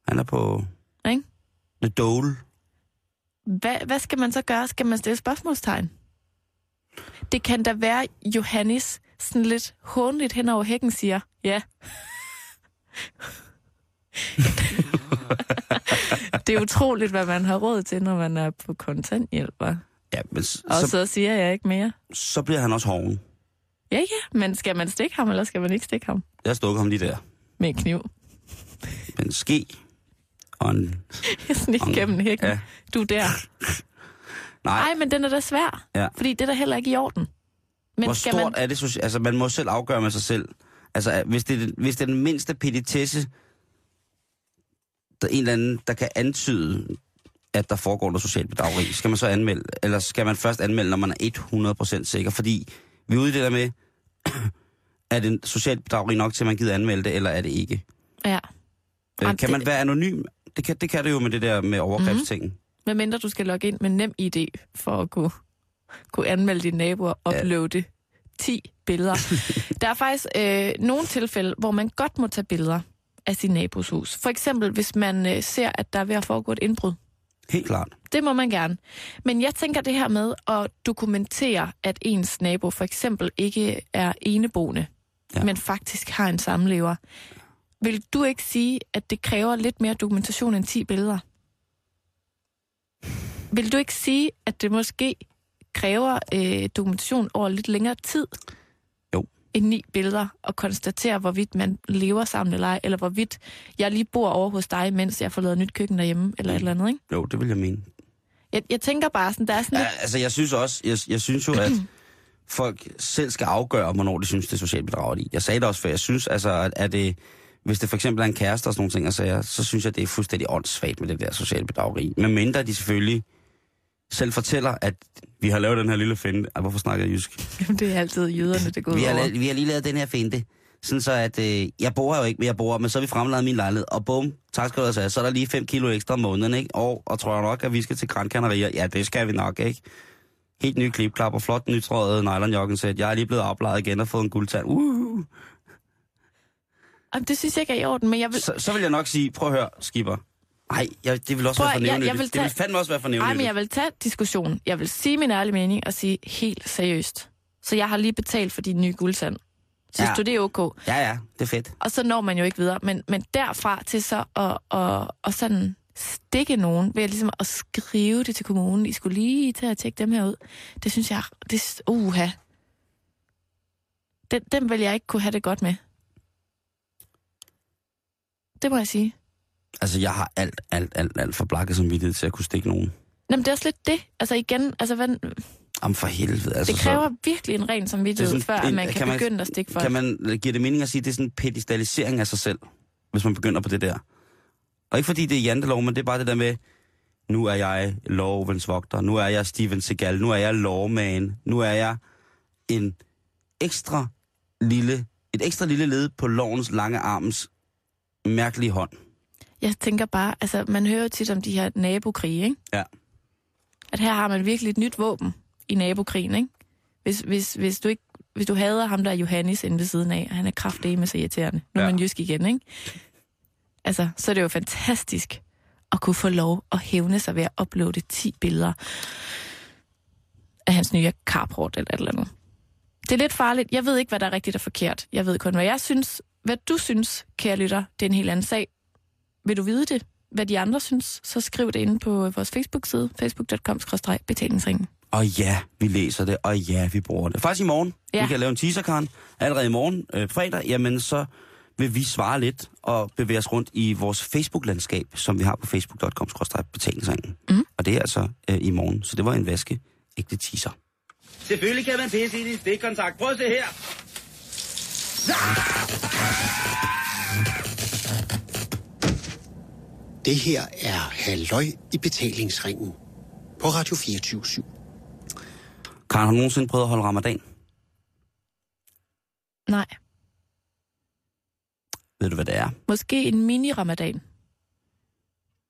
S4: Han er på...
S5: Ikke?
S4: The Dole.
S5: Hvad, hvad skal man så gøre? Skal man stille spørgsmålstegn? Det kan da være, Johannes sådan lidt hånligt hen over hækken siger, ja. [LAUGHS] det er utroligt, hvad man har råd til, når man er på kontanthjælp. hva'?
S4: Ja, men s-
S5: Og så,
S4: så,
S5: så siger jeg ikke mere.
S4: så bliver han også hoven.
S5: Ja, ja, men skal man stikke ham, eller skal man ikke stikke ham?
S4: Jeg stukker ham lige der.
S5: Med en kniv. [LAUGHS]
S4: en ske og en...
S5: Sådan ikke
S4: Om-
S5: gennem hækken.
S4: ja.
S5: Ja. Du er der.
S4: Nej,
S5: Nej, men den er da svær.
S4: Ja.
S5: Fordi det er da heller ikke i orden. Men
S4: Hvor
S5: skal
S4: stort
S5: man,
S4: er det? soci- Altså, man må selv afgøre med sig selv. Altså, er- hvis det, er den- hvis det er den mindste petitesse, der er en eller anden, der kan antyde, at der foregår noget socialt bedrageri, skal man så anmelde, eller skal man først anmelde, når man er 100% sikker? Fordi vi er ude i det der med, [CLEARS THROAT] er det socialt bedrageri nok til, at man gider anmelde det, eller er det ikke?
S5: ja.
S4: Jamen,
S5: Jamen,
S4: Øh, kan
S5: det-
S4: man være anonym? Det kan det, kan det jo med det der med overgrebstingen. Mm-hmm.
S5: Hvad mindre du skal logge ind med nem idé for at kunne, kunne anmelde dine naboer og
S4: Ja.
S5: uploade 10 billeder. der er faktisk øh, nogle tilfælde, hvor man godt må tage billeder af sin nabos hus. For eksempel, hvis man øh, ser, at der er ved at foregå et indbrud.
S4: Helt klart.
S5: Det må man gerne. Men jeg tænker det her med at dokumentere, at ens nabo for eksempel ikke er eneboende,
S4: Ja.
S5: ja. men faktisk har en samlever. Vil du ikke sige, at det kræver lidt mere dokumentation end 10 billeder? Vil du ikke sige, at det måske kræver øh, dokumentation over lidt længere tid?
S4: Jo.
S5: End ni billeder, og konstatere, hvorvidt man lever sammen eller ej, eller hvorvidt jeg lige bor over hos dig, mens jeg får lavet nyt køkken derhjemme, eller et eller andet, ikke?
S4: Jo, det vil jeg mene.
S5: Jeg, jeg tænker bare sådan, der er sådan
S4: Ja,
S5: lidt...
S4: altså, jeg synes også, jeg, jeg synes jo, at [CLEARS THROAT] folk selv skal afgøre, hvornår de synes, det er socialt bedrageri. Jeg sagde det også, for jeg synes, altså, at er det, hvis det for eksempel er en kæreste og sådan nogle ting, og sager, så synes jeg, det er fuldstændig åndssvagt med det der sociale bedrageri. Men mindre de selvfølgelig selv fortæller, at vi har lavet den her lille finte. Ej, hvorfor snakker jeg jysk?
S5: [LAUGHS] Jamen, det er altid jyderne, det går
S4: Vi
S5: ud
S4: har,
S5: over.
S4: lavet, vi har lige lavet den her finte. Sådan så, at øh, jeg bor her jo ikke, men jeg bor, men så har vi fremlaget min lejlighed. Og bum, tak skal du have, så, så er der lige 5 kilo ekstra om måneden, ikke? Og, og tror jeg nok, at vi skal til Gran Canaria. Ja, det skal vi nok, ikke? Helt ny klipklapper, flot nytrøjet nylonjokkensæt. Jeg er lige blevet oplejet igen og fået en guldtand. Uh.
S5: Jamen, det synes jeg ikke er i orden, men jeg vil...
S4: Så, så vil jeg nok sige, prøv at høre, skipper. Nej, jeg, det vil også
S5: Prøv
S4: være
S5: at-
S4: for
S5: jeg- jeg
S4: nævnyttigt.
S5: vil
S4: Det
S5: tage-
S4: vil fandme også være for
S5: Nej,
S4: nævnyttigt.
S5: men jeg vil tage diskussionen. Jeg vil sige min ærlige mening og sige helt seriøst. Så jeg har lige betalt for din nye guldsand. Synes
S4: Ja.
S5: ja. du, det er okay?
S4: Ja, ja, det er fedt.
S5: Og så når man jo ikke videre. Men, men derfra til så at, at, at sådan stikke nogen ved at, ligesom at skrive det til kommunen. I skulle lige tage og tjekke dem her ud. Det synes jeg... Det, uha. Den, den vil jeg ikke kunne have det godt med. Det må jeg sige.
S4: Altså, jeg har alt, alt, alt, alt for blakket samvittighed til at kunne stikke nogen.
S5: Nå, men det er også lidt det. Altså igen, altså, hvad, det
S4: Om for helvede, altså. så-
S5: kræver virkelig en ren samvittighed,
S4: Det er
S5: sådan,
S4: sådan
S5: før
S4: en-
S5: en, man kan,
S4: kan
S5: kan
S4: man-
S5: begynde at stikke folk.
S4: Kan man, giver det mening at sige, at det er sådan en pedestalisering af sig selv, hvis man begynder på det der? Og ikke fordi det er jantelov, men det er bare det der med, nu er jeg lovens vogter, nu er jeg Steven Seagal, nu er jeg lawman, nu er jeg en ekstra lille, et ekstra lille led på lovens lange arms mærkelige hånd.
S5: Jeg tænker bare, altså man hører jo tit om de her nabokrige, ikke?
S4: Ja.
S5: At her har man virkelig et nyt våben i nabokrigen, ikke? Hvis, hvis, hvis du ikke hvis du hader ham, der er Johannes inde ved siden af, og han er kraftedeme så irriterende. Nu er
S4: Ja.
S5: man jysk igen, ikke? Altså, så er det jo fantastisk at kunne få lov at hævne sig ved at uploade 10 billeder af hans nye carport eller et eller andet. Det er lidt farligt. Jeg ved ikke, hvad der er rigtigt og forkert. Jeg ved kun, hvad jeg synes. Hvad du synes, kære lytter, det er en helt anden sag. Vil du vide det? Hvad de andre synes, så skriv det inde på vores Facebook-side, facebook.com-betalingsringen.
S4: Og ja, vi læser det, og ja, vi bruger det. Faktisk i morgen, ja.
S5: Ja.
S4: vi kan lave en teaser, Karen. Allerede i morgen, øh, fredag, jamen så vil vi svare lidt og bevæge os rundt i vores Facebook-landskab, som vi har på facebook.com betalingsringen. Mm. Og det er altså øh, i morgen, så det var en vaske ægte teaser.
S6: Selvfølgelig kan man pisse i din stikkontakt. Prøv at se her.
S7: Det her er Halløj i betalingsringen på Radio 24 7.
S4: Karen, har du nogensinde prøvet at holde ramadan?
S5: Nej,
S4: Ved du, hvad det er?
S5: måske en mini-ramadan.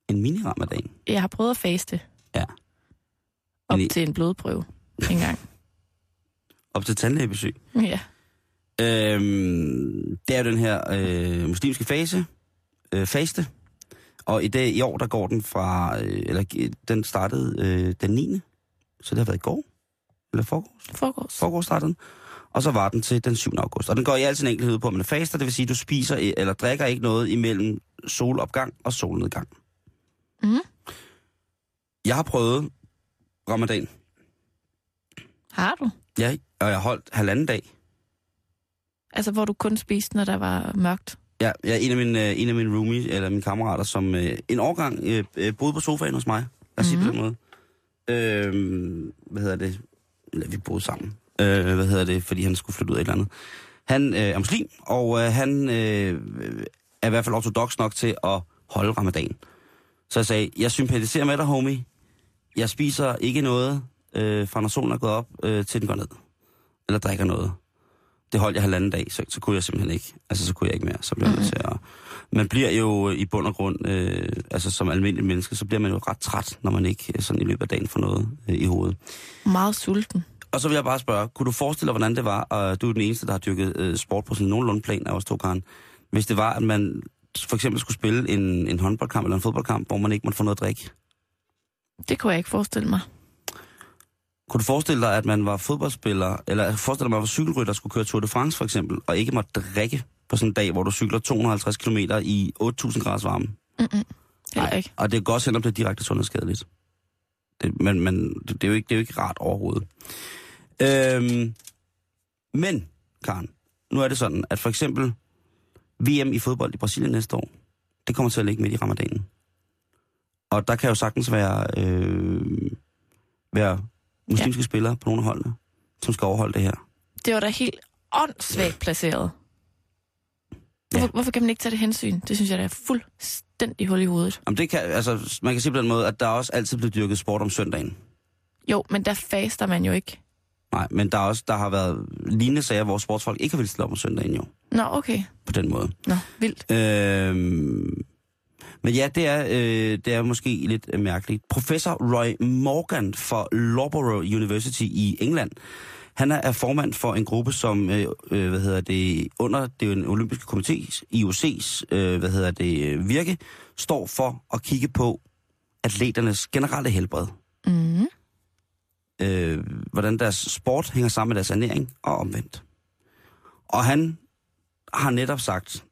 S4: En mini-ramadan.
S5: Jeg har prøvet at faste
S4: Ja.
S5: op
S4: Men I-
S5: til en blodprøve en gang.
S4: Op til tandlægebesøg.
S5: [LAUGHS] Ja.
S4: Øhm, det er jo den her øh, muslimske fase, øh, faste. Og i dag i år, der går den fra, øh, eller øh, den startede øh, den 9. Så det har været i går, eller forgårs,
S5: Forgårs.
S4: forgårs startede den. Og så var den til den 7. august. Og den går i al sin enkelhed ud på, at man er faster, det vil sige, at du spiser øh, eller drikker ikke noget imellem solopgang og solnedgang.
S5: Mhm.
S4: Jeg har prøvet ramadan.
S5: Har du?
S4: Ja, og jeg holdt halvanden dag.
S5: Altså, hvor du kun spiste, når der var mørkt.
S4: Ja, ja en, af mine, øh, en af mine roomies, eller mine kammerater, som øh, en årgang øh, øh, boede på sofaen Øhm, hos mig. Lad os sige det på den måde. Øh, hvad hedder det? Eller vi boede sammen. Øh, hvad hedder det? Fordi han skulle flytte ud af et eller andet. Han øh, er muslim, og øh, han øh, er i hvert fald ortodox nok til at holde ramadan. Så jeg sagde, jeg sympatiserer med dig, homie. Jeg spiser ikke noget, øh, fra når solen er gået op, øh, til den går ned. Eller drikker noget. Det holdt jeg halvanden dag, så, så kunne jeg simpelthen ikke. Altså, så kunne jeg ikke mere. Så blev jeg nødt til at... Man bliver jo øh, i bund og grund, øh, altså som almindelig menneske, så bliver man jo ret træt, når man ikke øh, sådan i løbet af dagen får noget øh, i hovedet.
S5: Meget sulten.
S4: Og så vil jeg bare spørge, kunne du forestille dig, hvordan det var, og du er den eneste, der har dyrket øh, sport på sådan nogenlunde plan af os to, Karen, hvis det var, at man for eksempel skulle spille en, en håndboldkamp eller en fodboldkamp, hvor man ikke måtte få noget at drikke.
S5: Det kunne jeg ikke forestille mig.
S4: Kunne du forestille dig, at man var fodboldspiller, eller forestille dig, at man var cykelrytter, der skulle køre Tour de France for eksempel, og ikke måtte drikke på sådan en dag, hvor du cykler 250 km i 8000 graders varme?
S5: Heller ikke.
S4: Og det er godt, selvom det er direkte sundhedsskadeligt. Det, men men det, det, er jo ikke, det er jo ikke rart overhovedet. Øhm, men, Karen, nu er det sådan, at for eksempel VM i fodbold i Brasilien næste år, det kommer til at ligge midt i ramadanen. Og der kan jo sagtens være, øh, være muslimske ja. spillere på nogle af holdene, som skal overholde det her.
S5: Det var da helt åndssvagt placeret.
S4: Ja.
S5: Hvorfor, hvorfor kan man ikke tage det hensyn? Det synes jeg, der er fuldstændig hul i hovedet.
S4: Jamen det kan, altså, man kan sige på den måde, at der er også altid blevet dyrket sport om søndagen.
S5: Jo, men der faster man jo ikke.
S4: Nej, men der, er også, der har været lignende sager, hvor sportsfolk ikke har ville stille op om søndagen jo,
S5: Nå, okay.
S4: på den måde.
S5: Nå, vildt.
S4: Øhm, men ja, det er, øh, det er måske lidt øh, mærkeligt. Professor Roy Morgan fra Loughborough University i England, han er, er formand for en gruppe, som, øh, øh, hvad hedder det, under den olympiske komité, IOC's, øh, hvad hedder det, øh, virke, står for at kigge på atleternes generelle helbred.
S5: Mm.
S4: Øh, hvordan deres sport hænger sammen med deres ernæring og omvendt. Og han har netop sagt,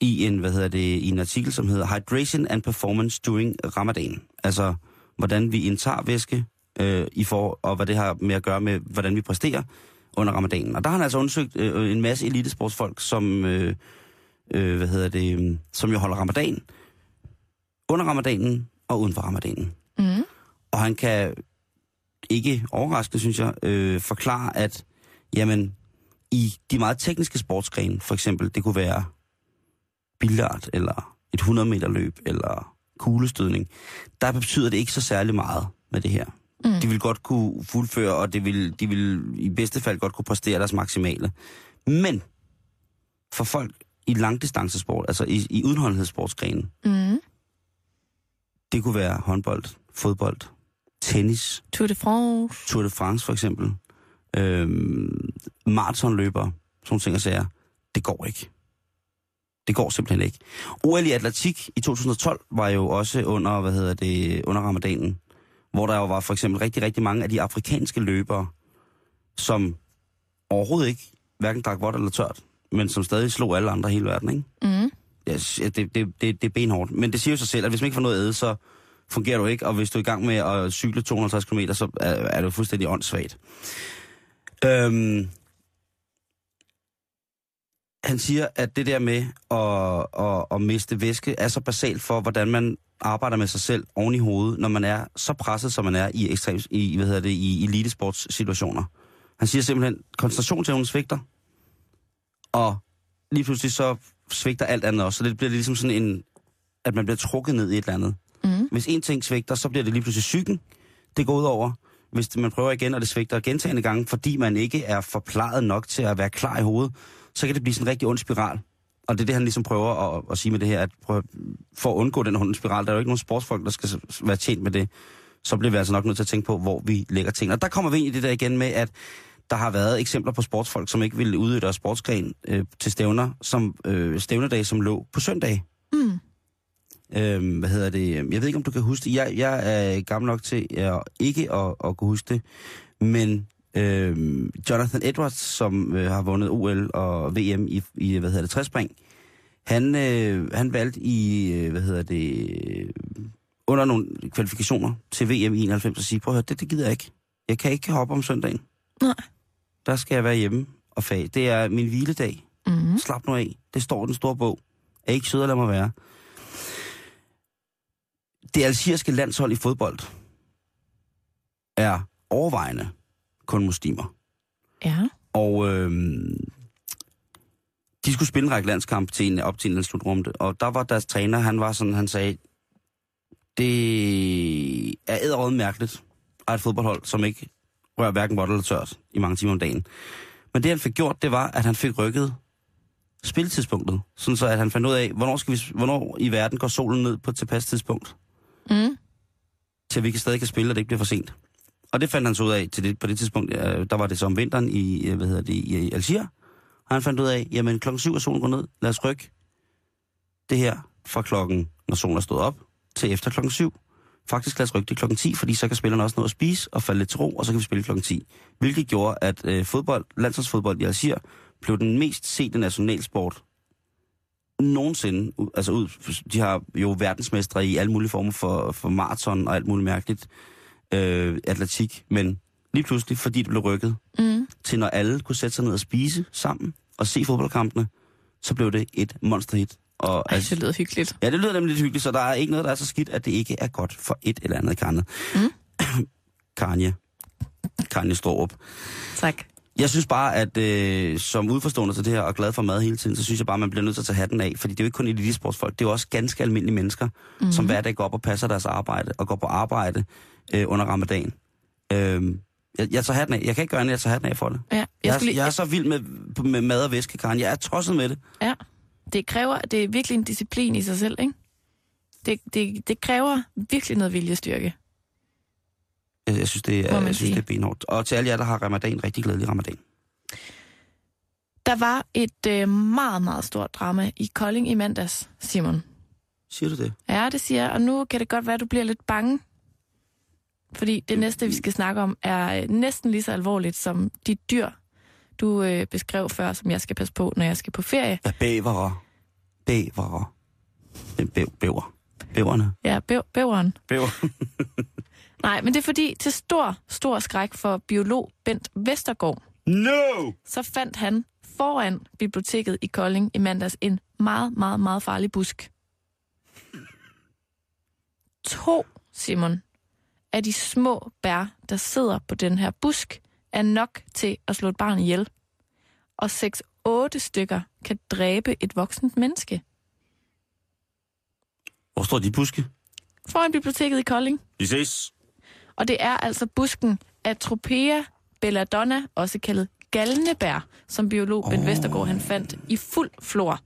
S4: i en, hvad hedder det, i en artikel, som hedder Hydration and Performance During Ramadan. Altså, hvordan vi indtager væske, øh, i for, og hvad det har med at gøre med, hvordan vi præsterer under ramadanen. Og der har han altså undersøgt øh, en masse elitesportsfolk, som, øh, øh, hvad hedder det, øh, som jo holder ramadan. Under ramadanen og uden for ramadanen.
S5: Mm.
S4: Og han kan ikke overraskende, synes jeg, øh, forklare, at jamen, i de meget tekniske sportsgrene, for eksempel, det kunne være billard, eller et 100 meter løb, eller kuglestødning, der betyder det ikke så særlig meget med det her. Mm. De vil godt kunne fuldføre, og det vil, de vil i bedste fald godt kunne præstere deres maksimale. Men for folk i langdistancesport, altså i, i udenhåndhedssportsgrenen,
S5: Mm.
S4: det kunne være håndbold, fodbold, tennis,
S5: Tour de France.
S4: Tour de France for eksempel, øhm, maratonløbere, sådan nogle ting og sager, det går ikke. Det går simpelthen ikke. OL i atletik i 2012 var jo også under, hvad hedder det, under ramadanen, hvor der jo var for eksempel rigtig, rigtig mange af de afrikanske løbere, som overhovedet ikke hverken drak vådt eller tørt, men som stadig slog alle andre i hele verden, ikke?
S5: Mm.
S4: Ja, s- ja, det, det, det, det er benhårdt. Men det siger jo sig selv, at hvis man ikke får noget at æde, så fungerer du ikke. Og hvis du er i gang med at cykle 250 km, så er, er du fuldstændig åndssvagt. Øhm, han siger, at det der med at, at, at miste væske er så basalt for, hvordan man arbejder med sig selv oven i hovedet, når man er så presset, som man er i, ekstrem, i, hvad hedder det, i elitesportssituationer. Han siger simpelthen, at koncentrationsevnen svigter, og lige pludselig så svigter alt andet også. Så det bliver ligesom sådan en, at man bliver trukket ned i et eller andet.
S5: Mm.
S4: Hvis en ting svigter, så bliver det lige pludselig psyken, det går ud over. Hvis det- man prøver igen, og det svigter gentagende gange, fordi man ikke er forplejet nok til at være klar i hovedet, så kan det blive sådan en rigtig ond spiral. Og det er det, han ligesom prøver at, at sige med det her, at prøv, at- for at undgå den onde spiral, der er jo ikke nogen sportsfolk, der skal s- være tjent med det. Så bliver vi altså nok nødt til at tænke på, hvor vi lægger ting. Og der kommer vi ind i det der igen med, at der har været eksempler på sportsfolk, som ikke ville udøve deres sportsgren øh, til stævner, som øh, stævnedage, som lå på søndag.
S5: Mm.
S4: Øhm, hvad hedder det? Jeg ved ikke, om du kan huske det. Jeg, jeg er gammel nok til at, ikke at, at kunne huske det. Men øhm, Jonathan Edwards, som øh, har vundet OL og VM i, i hvad hedder det, træspring, han, øh, han valgte i, øh, hvad hedder det, øh, under nogle kvalifikationer til VM i 91 at sige, prøv at høre, det, det gider jeg ikke. Jeg kan ikke hoppe om søndagen.
S5: Nej.
S4: Der skal jeg være hjemme og fag. Det er min hviledag.
S5: Mm.
S4: Slap nu af. Det står i den store bog. Er I ikke sød at lade mig være? Det algeriske landshold i fodbold er overvejende kun muslimer.
S5: Ja.
S4: Og øh, de skulle spille en række landskampe til en, op til en eller anden slutrunde. Og der var deres træner, han var sådan, han sagde, det er æderøjet mærkeligt at et fodboldhold, som ikke rører hverken vådt eller tørt i mange timer om dagen. Men det han fik gjort, det var, at han fik rykket spiltidspunktet. Sådan så, at han fandt ud af, hvornår, skal vi, hvornår i verden går solen ned på et tilpas tidspunkt
S5: Mm.
S4: til at vi kan stadig kan spille, og det ikke bliver for sent. Og det fandt han så ud af til det, på det tidspunkt, øh, der var det så om vinteren i, øh, hvad hedder det, i, i Algier. Og han fandt ud af, jamen klokken 7 er solen går ned, lad os rykke det her fra klokken, når solen er stået op, til efter klokken 7. Faktisk lad os rykke det klokken 10, fordi så kan spillerne også nå at spise og falde lidt til ro, og så kan vi spille klokken 10. Hvilket gjorde, at øh, fodbold, landsholdsfodbold i Algier blev den mest sete nationalsport nogensinde, u- altså ud, de har jo verdensmestre i alle mulige former for, for maraton og alt muligt mærkeligt, øh, atletik, men lige pludselig, fordi det blev rykket,
S5: Mm.
S4: til når alle kunne sætte sig ned og spise sammen og se fodboldkampene, så blev det et monsterhit. Og altså,
S5: Ej, Altså, det lyder hyggeligt.
S4: Ja, det lyder nemlig lidt hyggeligt, så der er ikke noget, der er så skidt, at det ikke er godt for et eller andet karne. Mm. [COUGHS] Kanye. Kanye Storup.
S5: Tak.
S4: Jeg synes bare, at øh, som udforstående til det her, og glad for mad hele tiden, så synes jeg bare, at man bliver nødt til at tage hatten af. Fordi det er jo ikke kun elitesportsfolk, det er jo også ganske almindelige mennesker,
S5: Mhm.
S4: mm. som hver dag går op og passer deres arbejde, og går på arbejde øh, under ramadan. Øh, jeg, jeg tager hatten af. Jeg kan ikke gøre andet, jeg tager hatten af for det.
S5: Ja, jeg skulle
S4: Jeg, jeg,
S5: lige,
S4: jeg er så vild med, med mad og væske, Karen. Jeg er tosset med det.
S5: ja. Det kræver, det er virkelig en disciplin i sig selv, ikke? Det, det, det kræver virkelig noget viljestyrke.
S4: Øh, Jeg, jeg synes, det
S5: Må
S4: er,
S5: man
S4: jeg synes,
S5: sige.
S4: det er benhårdt. Og til alle jer, der har ramadan, rigtig glædelig ramadan.
S5: Der var et øh, meget, meget stort drama i Kolding i mandags, Simon.
S4: Siger du det?
S5: Ja, det siger jeg, og nu kan det godt være, at du bliver lidt bange. Fordi det næste, vi skal snakke om, er øh, næsten lige så alvorligt som de dyr, du øh, beskrev før, som jeg skal passe på, når jeg skal på ferie.
S4: Ja, bævere. Bævere. Den bæv, bæver. Bæverne.
S5: Ja, bæv- bæveren.
S4: Bæver.
S5: Nej, men det er fordi, til stor, stor skræk for biolog Bent Vestergaard,
S4: No!
S5: så fandt han foran biblioteket i Kolding i mandags en meget, meget, meget farlig busk. To, Simon, af de små bær, der sidder på den her busk, er nok til at slå et barn ihjel. Og 6-8 stykker kan dræbe et voksent menneske.
S4: Hvor står de buske?
S5: Foran biblioteket i Kolding.
S4: De ses.
S5: Og det er altså busken Atropea belladonna, også kaldet galnebær, som biolog Ben Vestergaard han fandt i fuld flor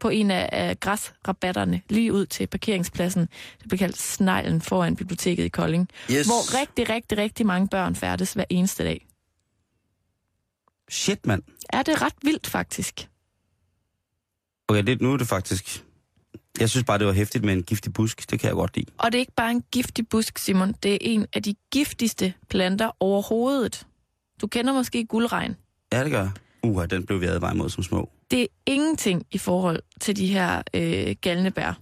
S5: på en af, af græsrabatterne lige ud til parkeringspladsen. Det blev kaldt sneglen foran biblioteket i Kolding,
S4: Yes.
S5: hvor rigtig, rigtig, rigtig mange børn færdes hver eneste dag.
S4: Shit, mand.
S5: Er det ret vildt faktisk?
S4: Okay, det, nu er det faktisk... Jeg synes bare, det var hæftigt med en giftig busk. Det kan jeg godt lide.
S5: Og det er ikke bare en giftig busk, Simon. Det er en af de giftigste planter overhovedet. Du kender måske guldregn.
S4: Ja, det gør jeg. Uha, den blev vi advaret mod som små.
S5: Det er ingenting i forhold til de her øh, galnebær.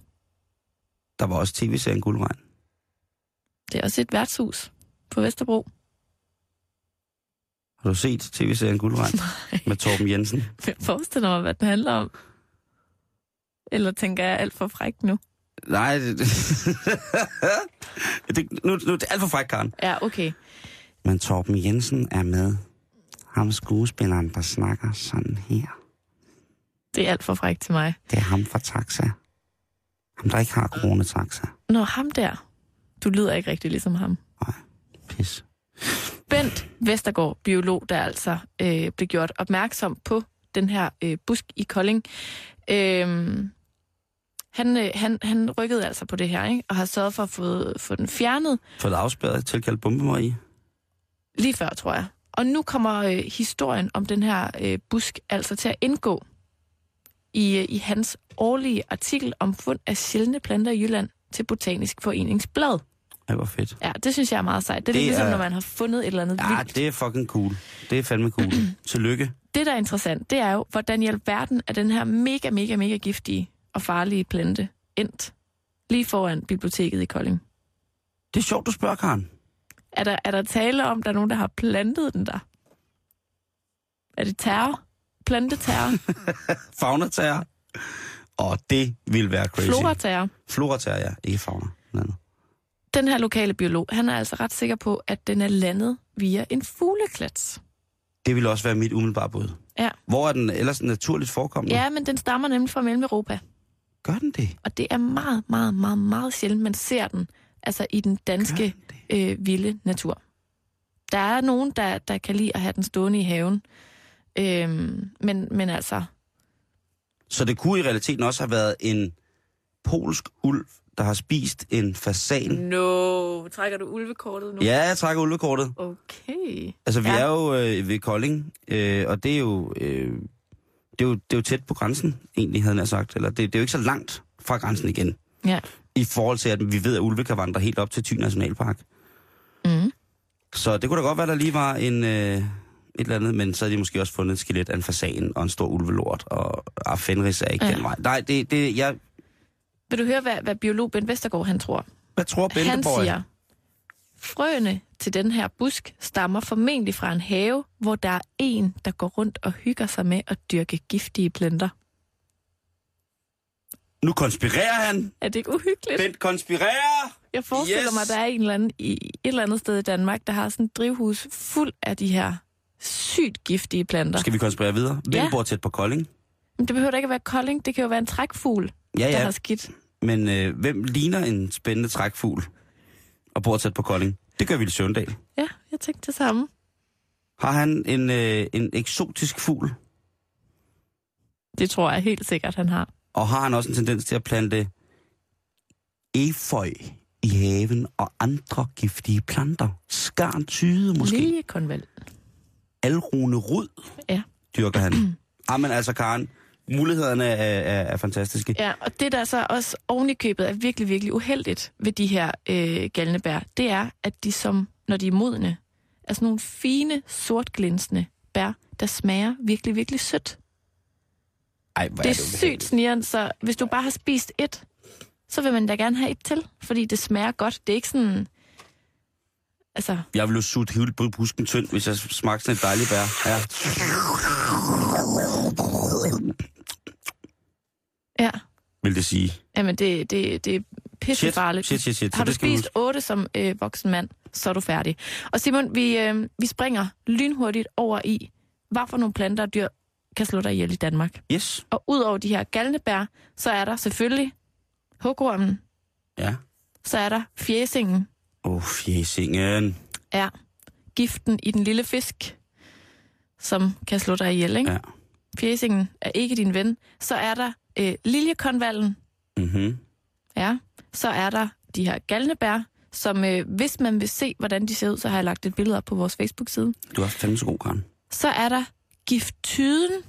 S4: Der var også tv-serien Guldregn.
S5: Det er også et værtshus på Vesterbro. [LAUGHS]
S4: Har du set tv-serien Guldregn? Med Torben Jensen.
S5: Jeg forestiller mig, hvad den handler om. Eller tænker jeg alt for frækt nu?
S4: Nej, det, [LAUGHS] det, nu, nu er det alt for fræk, Karen.
S5: Ja, okay.
S4: Men Torben Jensen er med. Ham skuespilleren, der snakker sådan her.
S5: Det er alt for frækt til mig.
S4: Det er ham fra Taxa. Ham, der ikke har kronetaxa.
S5: Nå, ham der. Du lyder ikke rigtig ligesom ham.
S4: Pis.
S5: Bent Vestergaard, biolog, der altså øh, blev gjort opmærksom på den her øh, busk i Kolding. Øhm, han, øh, han, han rykkede altså på det her, ikke? og har sørget for at få, få den fjernet
S4: Fået afspærret, tilkaldt bombemarie.
S5: lige før, tror jeg. Og nu kommer øh, historien om den her øh, busk altså til at indgå i, øh, i hans årlige artikel om fund af sjældne planter i Jylland til Botanisk Foreningsblad.
S4: Ej, hvor fedt.
S5: Ja, det synes jeg er meget sejt. Det er det
S4: Det
S5: lidt ligesom,
S4: er-
S5: når man har fundet et eller andet
S4: Ja,
S5: vildt.
S4: Ah, det er fucking cool. Det er fandme
S5: [CLEARS THROAT]
S4: cool. Tillykke.
S5: Det, der er interessant, det er jo, hvordan i alverden er den her mega, mega, mega giftige og farlige plante endt lige foran biblioteket i Kolding.
S4: Det er sjovt, du spørger, Karen.
S5: Er der, er der tale om, der er nogen, der har plantet den der? Er det terror? Planteterror?
S4: Fagnatager. Og det ville være crazy.
S5: Floraterror?
S4: Floratager, ja. Ikke fagner. Noget andet.
S5: Den her lokale biolog, han er altså ret sikker på, at den er landet via en fugleklats.
S4: Det vil også være mit umiddelbare bud.
S5: Ja.
S4: Hvor er den ellers naturligt forekommende?
S5: Ja, men den stammer nemlig fra Mellemeuropa.
S4: Gør den det?
S5: Og det er meget, meget, meget, meget sjældent, man ser den. Altså i den danske øh, vilde natur. Der er nogen, der, der kan lide at have den stående i haven. Øhm, men, men altså,
S4: Så det kunne i realiteten også have været en polsk ulv, der har spist en
S5: Øh,
S4: fasan. Mm.
S5: No, trækker du ulvekortet nu?
S4: Ja, jeg trækker ulvekortet.
S5: Okay.
S4: Altså, vi
S5: Ja.
S4: ja. er jo øh, ved Kolding, øh, og det er, jo, øh, det, er jo, det er jo tæt på grænsen, egentlig, havde jeg nær sagt. Eller det, det er jo ikke så langt fra grænsen igen.
S5: Ja.
S4: I forhold til, at vi ved, at ulve kan vandre helt op til Thy Nationalpark.
S5: Mm.
S4: Så det kunne da godt være, der lige var en, øh, et eller andet, men så havde de måske også fundet et skelet af en fasan og en stor ulvelort, og ah, Fenris er ikke
S5: Ja.
S4: ja. den vej. Nej, det, det, jeg,
S5: Vil du høre, hvad, hvad biolog Ben Vestergaard han tror?
S4: hvad tror
S5: han
S4: Benteborg?
S5: siger, frøene til den her busk stammer formentlig fra en have, hvor der er en, der går rundt og hygger sig med at dyrke giftige planter.
S4: Nu konspirerer han!
S5: Er det ikke uhyggeligt?
S4: Bent konspirerer!
S5: Jeg forestiller yes.
S4: Yes.
S5: mig, at der er en eller anden, i, et eller andet sted i Danmark, der har sådan et drivhus fuld af de her sygt giftige planter.
S4: Skal vi konspirere videre? Hvem
S5: Ja.
S4: ja. bor tæt på Kolding?
S5: Men det behøver da ikke at være kolding, det kan jo være en trækfugl,
S4: Ja,
S5: der
S4: ja,
S5: har skidt.
S4: men øh, hvem ligner en spændende trækfugl og bor tæt på Kolding? Det gør Ville Søvndal.
S5: Ja, jeg tænkte det samme.
S4: Har han en, øh, en eksotisk fugl,
S5: Det tror jeg helt sikkert, han har.
S4: og har han også en tendens til at plante eføj i haven og andre giftige planter? Skarn tyde måske? Lille.
S5: Liljekonvald.
S4: Alrune rod
S5: Ja.
S4: dyrker
S5: [CLEARS THROAT]
S4: han. Jamen altså, Karen, mulighederne er, er, er fantastiske.
S5: Ja, og det der så også oven i købet er virkelig, virkelig uheldigt ved de her øh, galnebær, det er, at de som, når de er modne, er sådan nogle fine, sortglinsende bær, der smager virkelig, virkelig sødt.
S4: Ej, hvor
S5: det er sygt snigeren, så hvis du bare har spist et, så vil man da gerne have et til, fordi det smager godt. Det er ikke sådan... Altså,
S4: Jeg ville jo sutte hele bu- busken tynd, hvis jeg smagte sådan et dejligt bær. Ja.
S5: ja.
S4: Vil det sige.
S5: Jamen, det, det, det er pissefarligt.
S4: Shit, shit, shit, shit. Så
S5: Har du
S4: det skal vi
S5: spist otte som øh, voksen mand, så er du færdig. Og Simon, vi, øh, vi springer lynhurtigt over i, hvad for nogle planter og dyr kan slå dig ihjel i Danmark.
S4: Yes.
S5: Og udover de her galnebær, så er der selvfølgelig hugormen,
S4: Ja.
S5: så er der fjæsingen,
S4: Åh, oh, fjæsingen.
S5: er giften i den lille fisk, som kan slå dig ihjel. Ikke?
S4: Ja.
S5: Fjæsingen er ikke din ven. Så er der øh, liljekonvallen,
S4: Mhm.
S5: Ja, så er der de her galnebær, som øh, hvis man vil se, hvordan de ser ud, så har jeg lagt et billede op på vores Facebook-side.
S4: Du er fandme så god, Karen.
S5: Så er der gifttyden,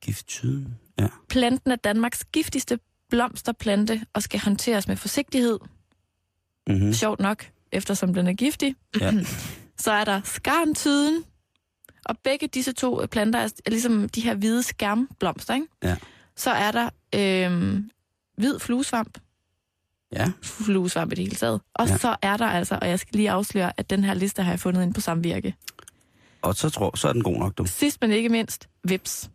S4: Gifttyden. Ja.
S5: planten af Danmarks giftigste blomsterplante, og skal håndteres med forsigtighed.
S4: Mhm.
S5: Sjovt nok, eftersom den er giftig. [CLEARS THROAT]
S4: Ja.
S5: Så er der skarntyden, og begge disse to øh, planter er er ligesom de her hvide skarmblomster, ikke?
S4: Ja.
S5: Så er der øh, hvid fluesvamp,
S4: Ja.
S5: fluesvamp i det hele taget. Og ja.
S4: Ja.
S5: så er der altså, og jeg skal lige afsløre, at den her liste har jeg fundet ind på samvirke.
S4: Og så tror så er den god nok, du.
S5: Sidst men ikke mindst, vips.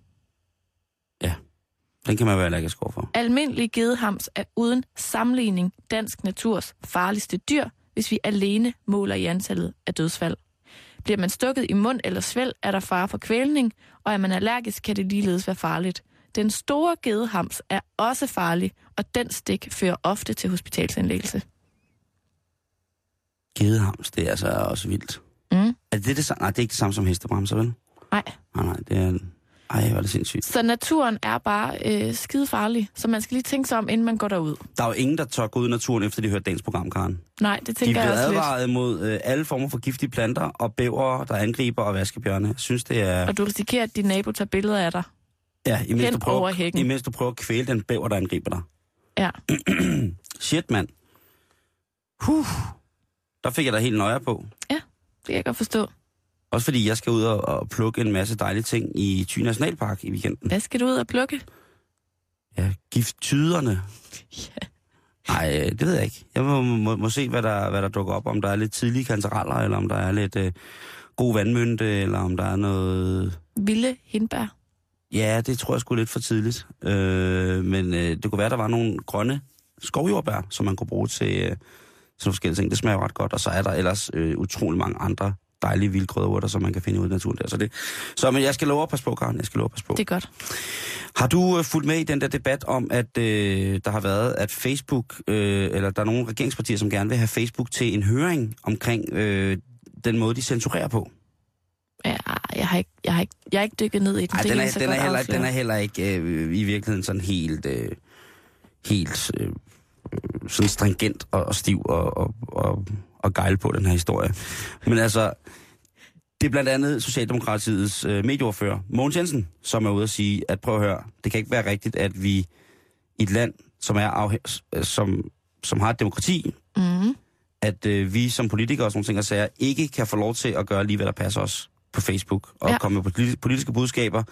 S4: Den kan man være allergisk over for.
S5: Almindelig gedehams er uden sammenligning dansk naturs farligste dyr, hvis vi alene måler i antallet af dødsfald. Bliver man stukket i mund eller svælg, er der fare for kvælning, og er man allergisk, kan det ligeledes være farligt. Den store gedehams er også farlig, og den stik fører ofte til hospitalsindlæggelse.
S4: Gedehams, det er altså også vildt.
S5: Mm.
S4: Er det det samme? Nej, det er ikke det samme som hestebramser, vel?
S5: Nej.
S4: Nej, nej, det er... Ej, hvor er det sindssygt.
S5: Så naturen er bare øh, skide farlig, så man skal lige tænke sig om, inden man går derud.
S4: Der er jo ingen, der tør gå ud i naturen, efter de hørte dagens program, Karen.
S5: Nej, det
S4: De er
S5: tænker jeg
S4: blevet
S5: også advaret.
S4: advaret mod øh, alle former for giftige planter og bæver, der angriber og vaskebjørne. Jeg synes, det er...
S5: lidt. Og du risikerer, at din nabo tager billeder af dig.
S4: Ja, imens
S5: Hen
S4: du,
S5: over
S4: prøver,
S5: hækken.
S4: imens du prøver at kvæle den bæver, der angriber dig.
S5: Ja.
S4: Shit, mand. Huh. Der fik jeg da helt nøje på.
S5: Det kan jeg godt forstå.
S4: Også fordi jeg skal ud og, og plukke en masse dejlige ting i Thy Nationalpark i weekenden.
S5: Hvad skal du ud og plukke?
S4: Ja, gifttyderne. Nej, det ved jeg ikke. Jeg må, må, må se, hvad der, hvad der dukker op. Om der er lidt tidlige kantereller, eller om der er lidt øh, god vandmynte, eller om der er noget...
S5: Vilde hindbær.
S4: Ja, det tror jeg skulle lidt for tidligt. Øh, men øh, det kunne være, der var nogle grønne skovjordbær, som man kunne bruge til, øh, til nogle forskellige ting. Det smager jo ret godt. Og så er der ellers øh, utrolig mange andre dejlige vildgrødurter, som man kan finde ud i naturen der. Så, det, så men jeg skal love at passe på, Karen. Jeg skal love at passe på.
S5: Det er godt.
S4: Har du øh, fulgt med i den der debat om, at øh, der har været, at Facebook, øh, eller der er nogle regeringspartier, som gerne vil have Facebook til en høring omkring øh, den måde, de censurerer på?
S5: Ja, jeg har ikke, jeg har ikke, jeg har ikke dykket ned i den.
S4: Ej,
S5: Det
S4: den
S5: kan
S4: er,
S5: jeg så
S4: den, er
S5: godt
S4: heller,
S5: afsløre.
S4: den er heller ikke øh, i virkeligheden sådan helt, øh, helt øh, øh, sådan stringent og, og stiv og, og, og, og gejl på den her historie. Men altså, det er blandt andet Socialdemokratiets øh, medieordfører, Mogens Jensen, som er ude at sige, at prøv at høre, det kan ikke være rigtigt, at vi i et land, som, er afhæ- øh, som, som har et demokrati,
S5: Mhm.
S4: at øh, vi som politikere og sådan nogle ting og sager, ikke kan få lov til at gøre lige, hvad der passer os på Facebook, og
S5: Ja.
S4: ja. komme med politi- politiske budskaber.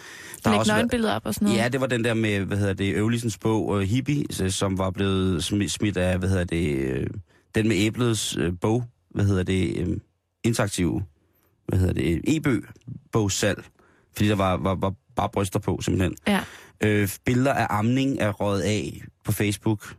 S4: Der
S5: Læg nøgenbilleder op og sådan noget.
S4: Ja, det var den der med, hvad hedder det, Øvlisens bog, uh, Hippie, s- som var blevet smidt, smidt af, hvad hedder det, øh, den med æblets øh, bog, hvad hedder det, øh, interaktiv, hvad hedder det, e-bøg, bogsalg, fordi der var, var, var bare bryster på, simpelthen.
S5: Ja.
S4: Øh, billeder af amning er røget af på Facebook,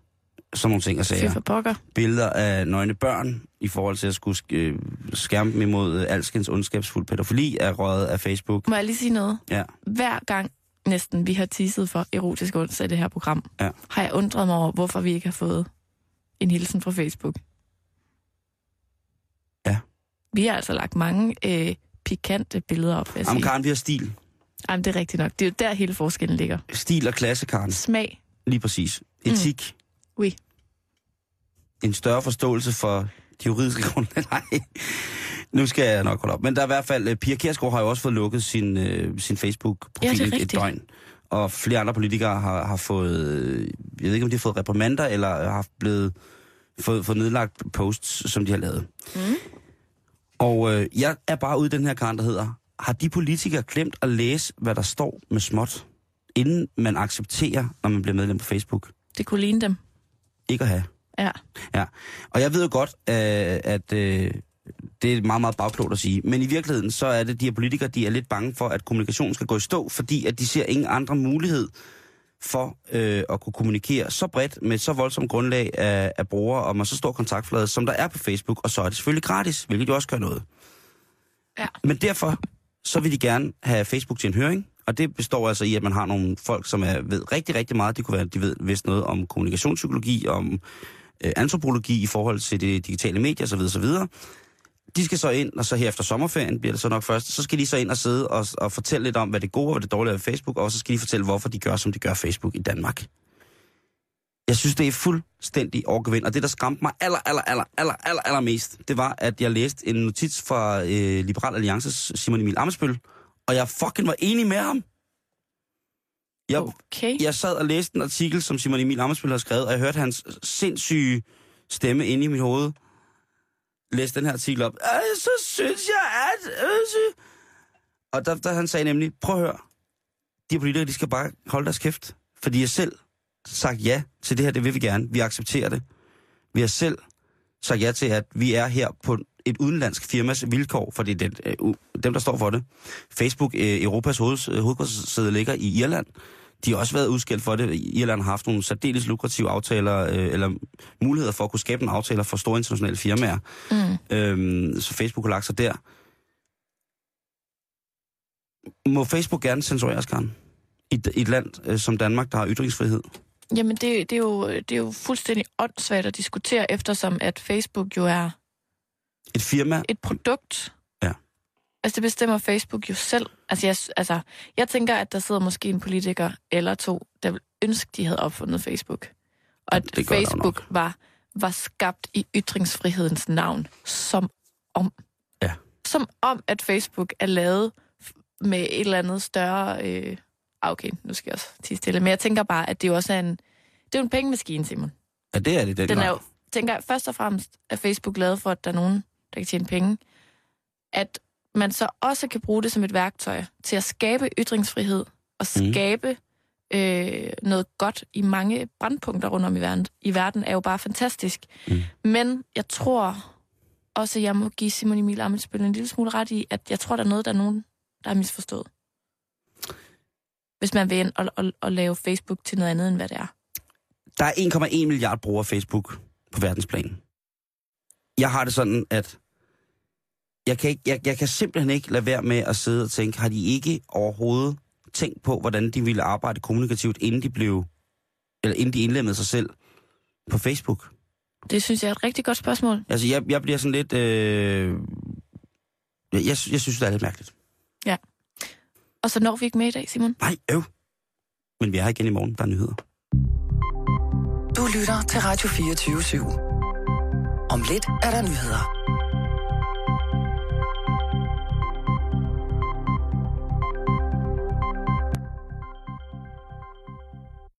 S4: sådan nogle ting og sager
S5: Fy for pokker.
S4: billeder af nøgne børn i forhold til at skulle sk- øh, skærme dem imod øh, alskens ondskabsfuld pædofili er røget af Facebook.
S5: Må jeg lige sige noget?
S4: Ja.
S5: Hver gang næsten vi har tisset for erotisk onsdag i det her program,
S4: Ja.
S5: har jeg undret mig over, hvorfor vi ikke har fået en hilsen fra Facebook.
S4: Ja.
S5: Vi har altså lagt mange øh, pikante billeder op, vil jeg
S4: Jamen
S5: sige.
S4: Karen, Mm. vi har stil.
S5: Jamen, det er rigtigt nok. Det er jo der, hele forskellen ligger.
S4: Stil og klasse, Karen.
S5: Smag.
S4: Lige præcis. Etik.
S5: Mm. Oui.
S4: En større forståelse for de juridiske [LAUGHS] grunde. Nej. Nu skal jeg nok holde op. Men der er i hvert fald, øh, Pia Kjærsgaard har jo også fået lukket sin, øh, sin
S5: Ja, det
S4: Facebook-profil
S5: er
S4: et, et
S5: rigtigt.
S4: døgn. Og flere andre politikere har, har fået, øh, jeg ved ikke om de har fået reprimander, eller har haft blevet fået, fået nedlagt posts, som de har lavet.
S5: Mm.
S4: Og øh, jeg er bare ude i den her karen, der hedder, har de politikere glemt at læse, hvad der står med småt, inden man accepterer, når man bliver medlem på Facebook?
S5: Det kunne ligne dem.
S4: Ikke at have.
S5: Ja.
S4: Ja. Og jeg ved jo godt, øh, at øh, det er meget, meget bagklogt at sige, men i virkeligheden så er det de her politikere, de er lidt bange for, at kommunikationen skal gå i stå, fordi at de ser ingen andre mulighed for øh, at kunne kommunikere så bredt med et så voldsomt grundlag af, af brugere og med så stor kontaktflade, som der er på Facebook, og så er det selvfølgelig gratis, hvilket jo også gør noget.
S5: Ja.
S4: Men derfor, så vil de gerne have Facebook til en høring, og det består altså i, at man har nogle folk, som er, ved rigtig, rigtig meget. Det kunne være, at de ved vist noget om kommunikationspsykologi, om øh, antropologi i forhold til det digitale medie osv. osv. De skal så ind, og så her efter sommerferien bliver det så nok først, så skal de så ind og sidde og, og fortælle lidt om, hvad det gode og hvad det dårlige er ved Facebook, og så skal de fortælle, hvorfor de gør, som de gør Facebook i Danmark. Jeg synes, det er fuldstændig overgevind, og det, der skræmte mig aller, aller, aller, aller, aller, aller mest, det var, at jeg læste en notits fra øh, Liberal Alliances Simon Emil Amesbøl, og jeg fucking var enig med ham. Jeg,
S5: Okay.
S4: jeg sad og læste en artikel, som Simon Emil Amesbøl har skrevet, og jeg hørte hans sindssyge stemme inde i mit hoved. Læs den her artikel op. Øh, så synes jeg, at... Øh, sy-" Og der, der, han sagde nemlig, prøv at høre, de her politikere, de skal bare holde deres kæft, fordi jeg selv sagt ja til det her, det vil vi gerne. Vi accepterer det. Vi har selv sagt ja til, at vi er her på et udenlandsk firmas vilkår, for det er den, øh, u- dem, der står for det. Facebook, øh, Europas hoveds, øh, hovedkvartssæde ligger i Irland. De har også været udskilt for det. Irland har haft nogle særdeles lukrative aftaler, øh, eller muligheder for at kunne skabe nogle aftaler for store internationale firmaer. Mm. Øhm, så Facebook har lagt sig der. Må Facebook gerne censureres, Karen? I et, et land øh, som Danmark, der har ytringsfrihed?
S5: Jamen, det, det, er jo, det er jo fuldstændig åndssvagt at diskutere, eftersom at Facebook jo er
S4: Et firma?
S5: et produkt.
S4: Ja.
S5: Altså, det bestemmer Facebook jo selv. Altså jeg, s- altså, jeg tænker, at der sidder måske en politiker eller to, der vil ønske, de havde opfundet Facebook. Og at
S4: det gør der jo
S5: Facebook var, var skabt i ytringsfrihedens navn, som om.
S4: Ja.
S5: Som om, at Facebook er lavet f- med et eller andet større... Øh, ah, okay, nu skal jeg også tige stille. Men jeg tænker bare, at det jo også er en... Det er jo en pengemaskine, Simon.
S4: Ja, det er det
S5: Den
S4: grad.
S5: er jo, tænker jeg, først og fremmest er Facebook lavet for, at der er nogen, der kan tjene penge. At man så også kan bruge det som et værktøj til at skabe ytringsfrihed og
S4: Mhm.
S5: skabe mm. øh, noget godt i mange brandpunkter rundt om i verden, i verden er jo bare fantastisk.
S4: Mhm.
S5: Mm. Men jeg tror også, jeg må give Simon Emil Amitsbøl en lille smule ret i, at jeg tror, der er noget, der er nogen, der er misforstået. Hvis man vil ind og, og, og lave Facebook til noget andet, end hvad det er.
S4: Der er 1,1 milliard brugere af Facebook på verdensplan. Jeg har det sådan, at jeg, kan ikke, jeg, jeg kan simpelthen ikke lade være med at sidde og tænke, har de ikke overhovedet tænkt på, hvordan de ville arbejde kommunikativt, inden de blev, eller inden de indlemmede sig selv på Facebook?
S5: Det synes jeg er et rigtig godt spørgsmål.
S4: Altså, jeg, jeg bliver sådan lidt... Øh, jeg, jeg, sy- jeg synes, det er lidt mærkeligt.
S5: Og så når vi ikke med i dag, Simon.
S4: Nej, øv. Men vi er her igen i morgen. Der er nyheder.
S3: Du lytter til Radio 24 /7. Om lidt er der nyheder.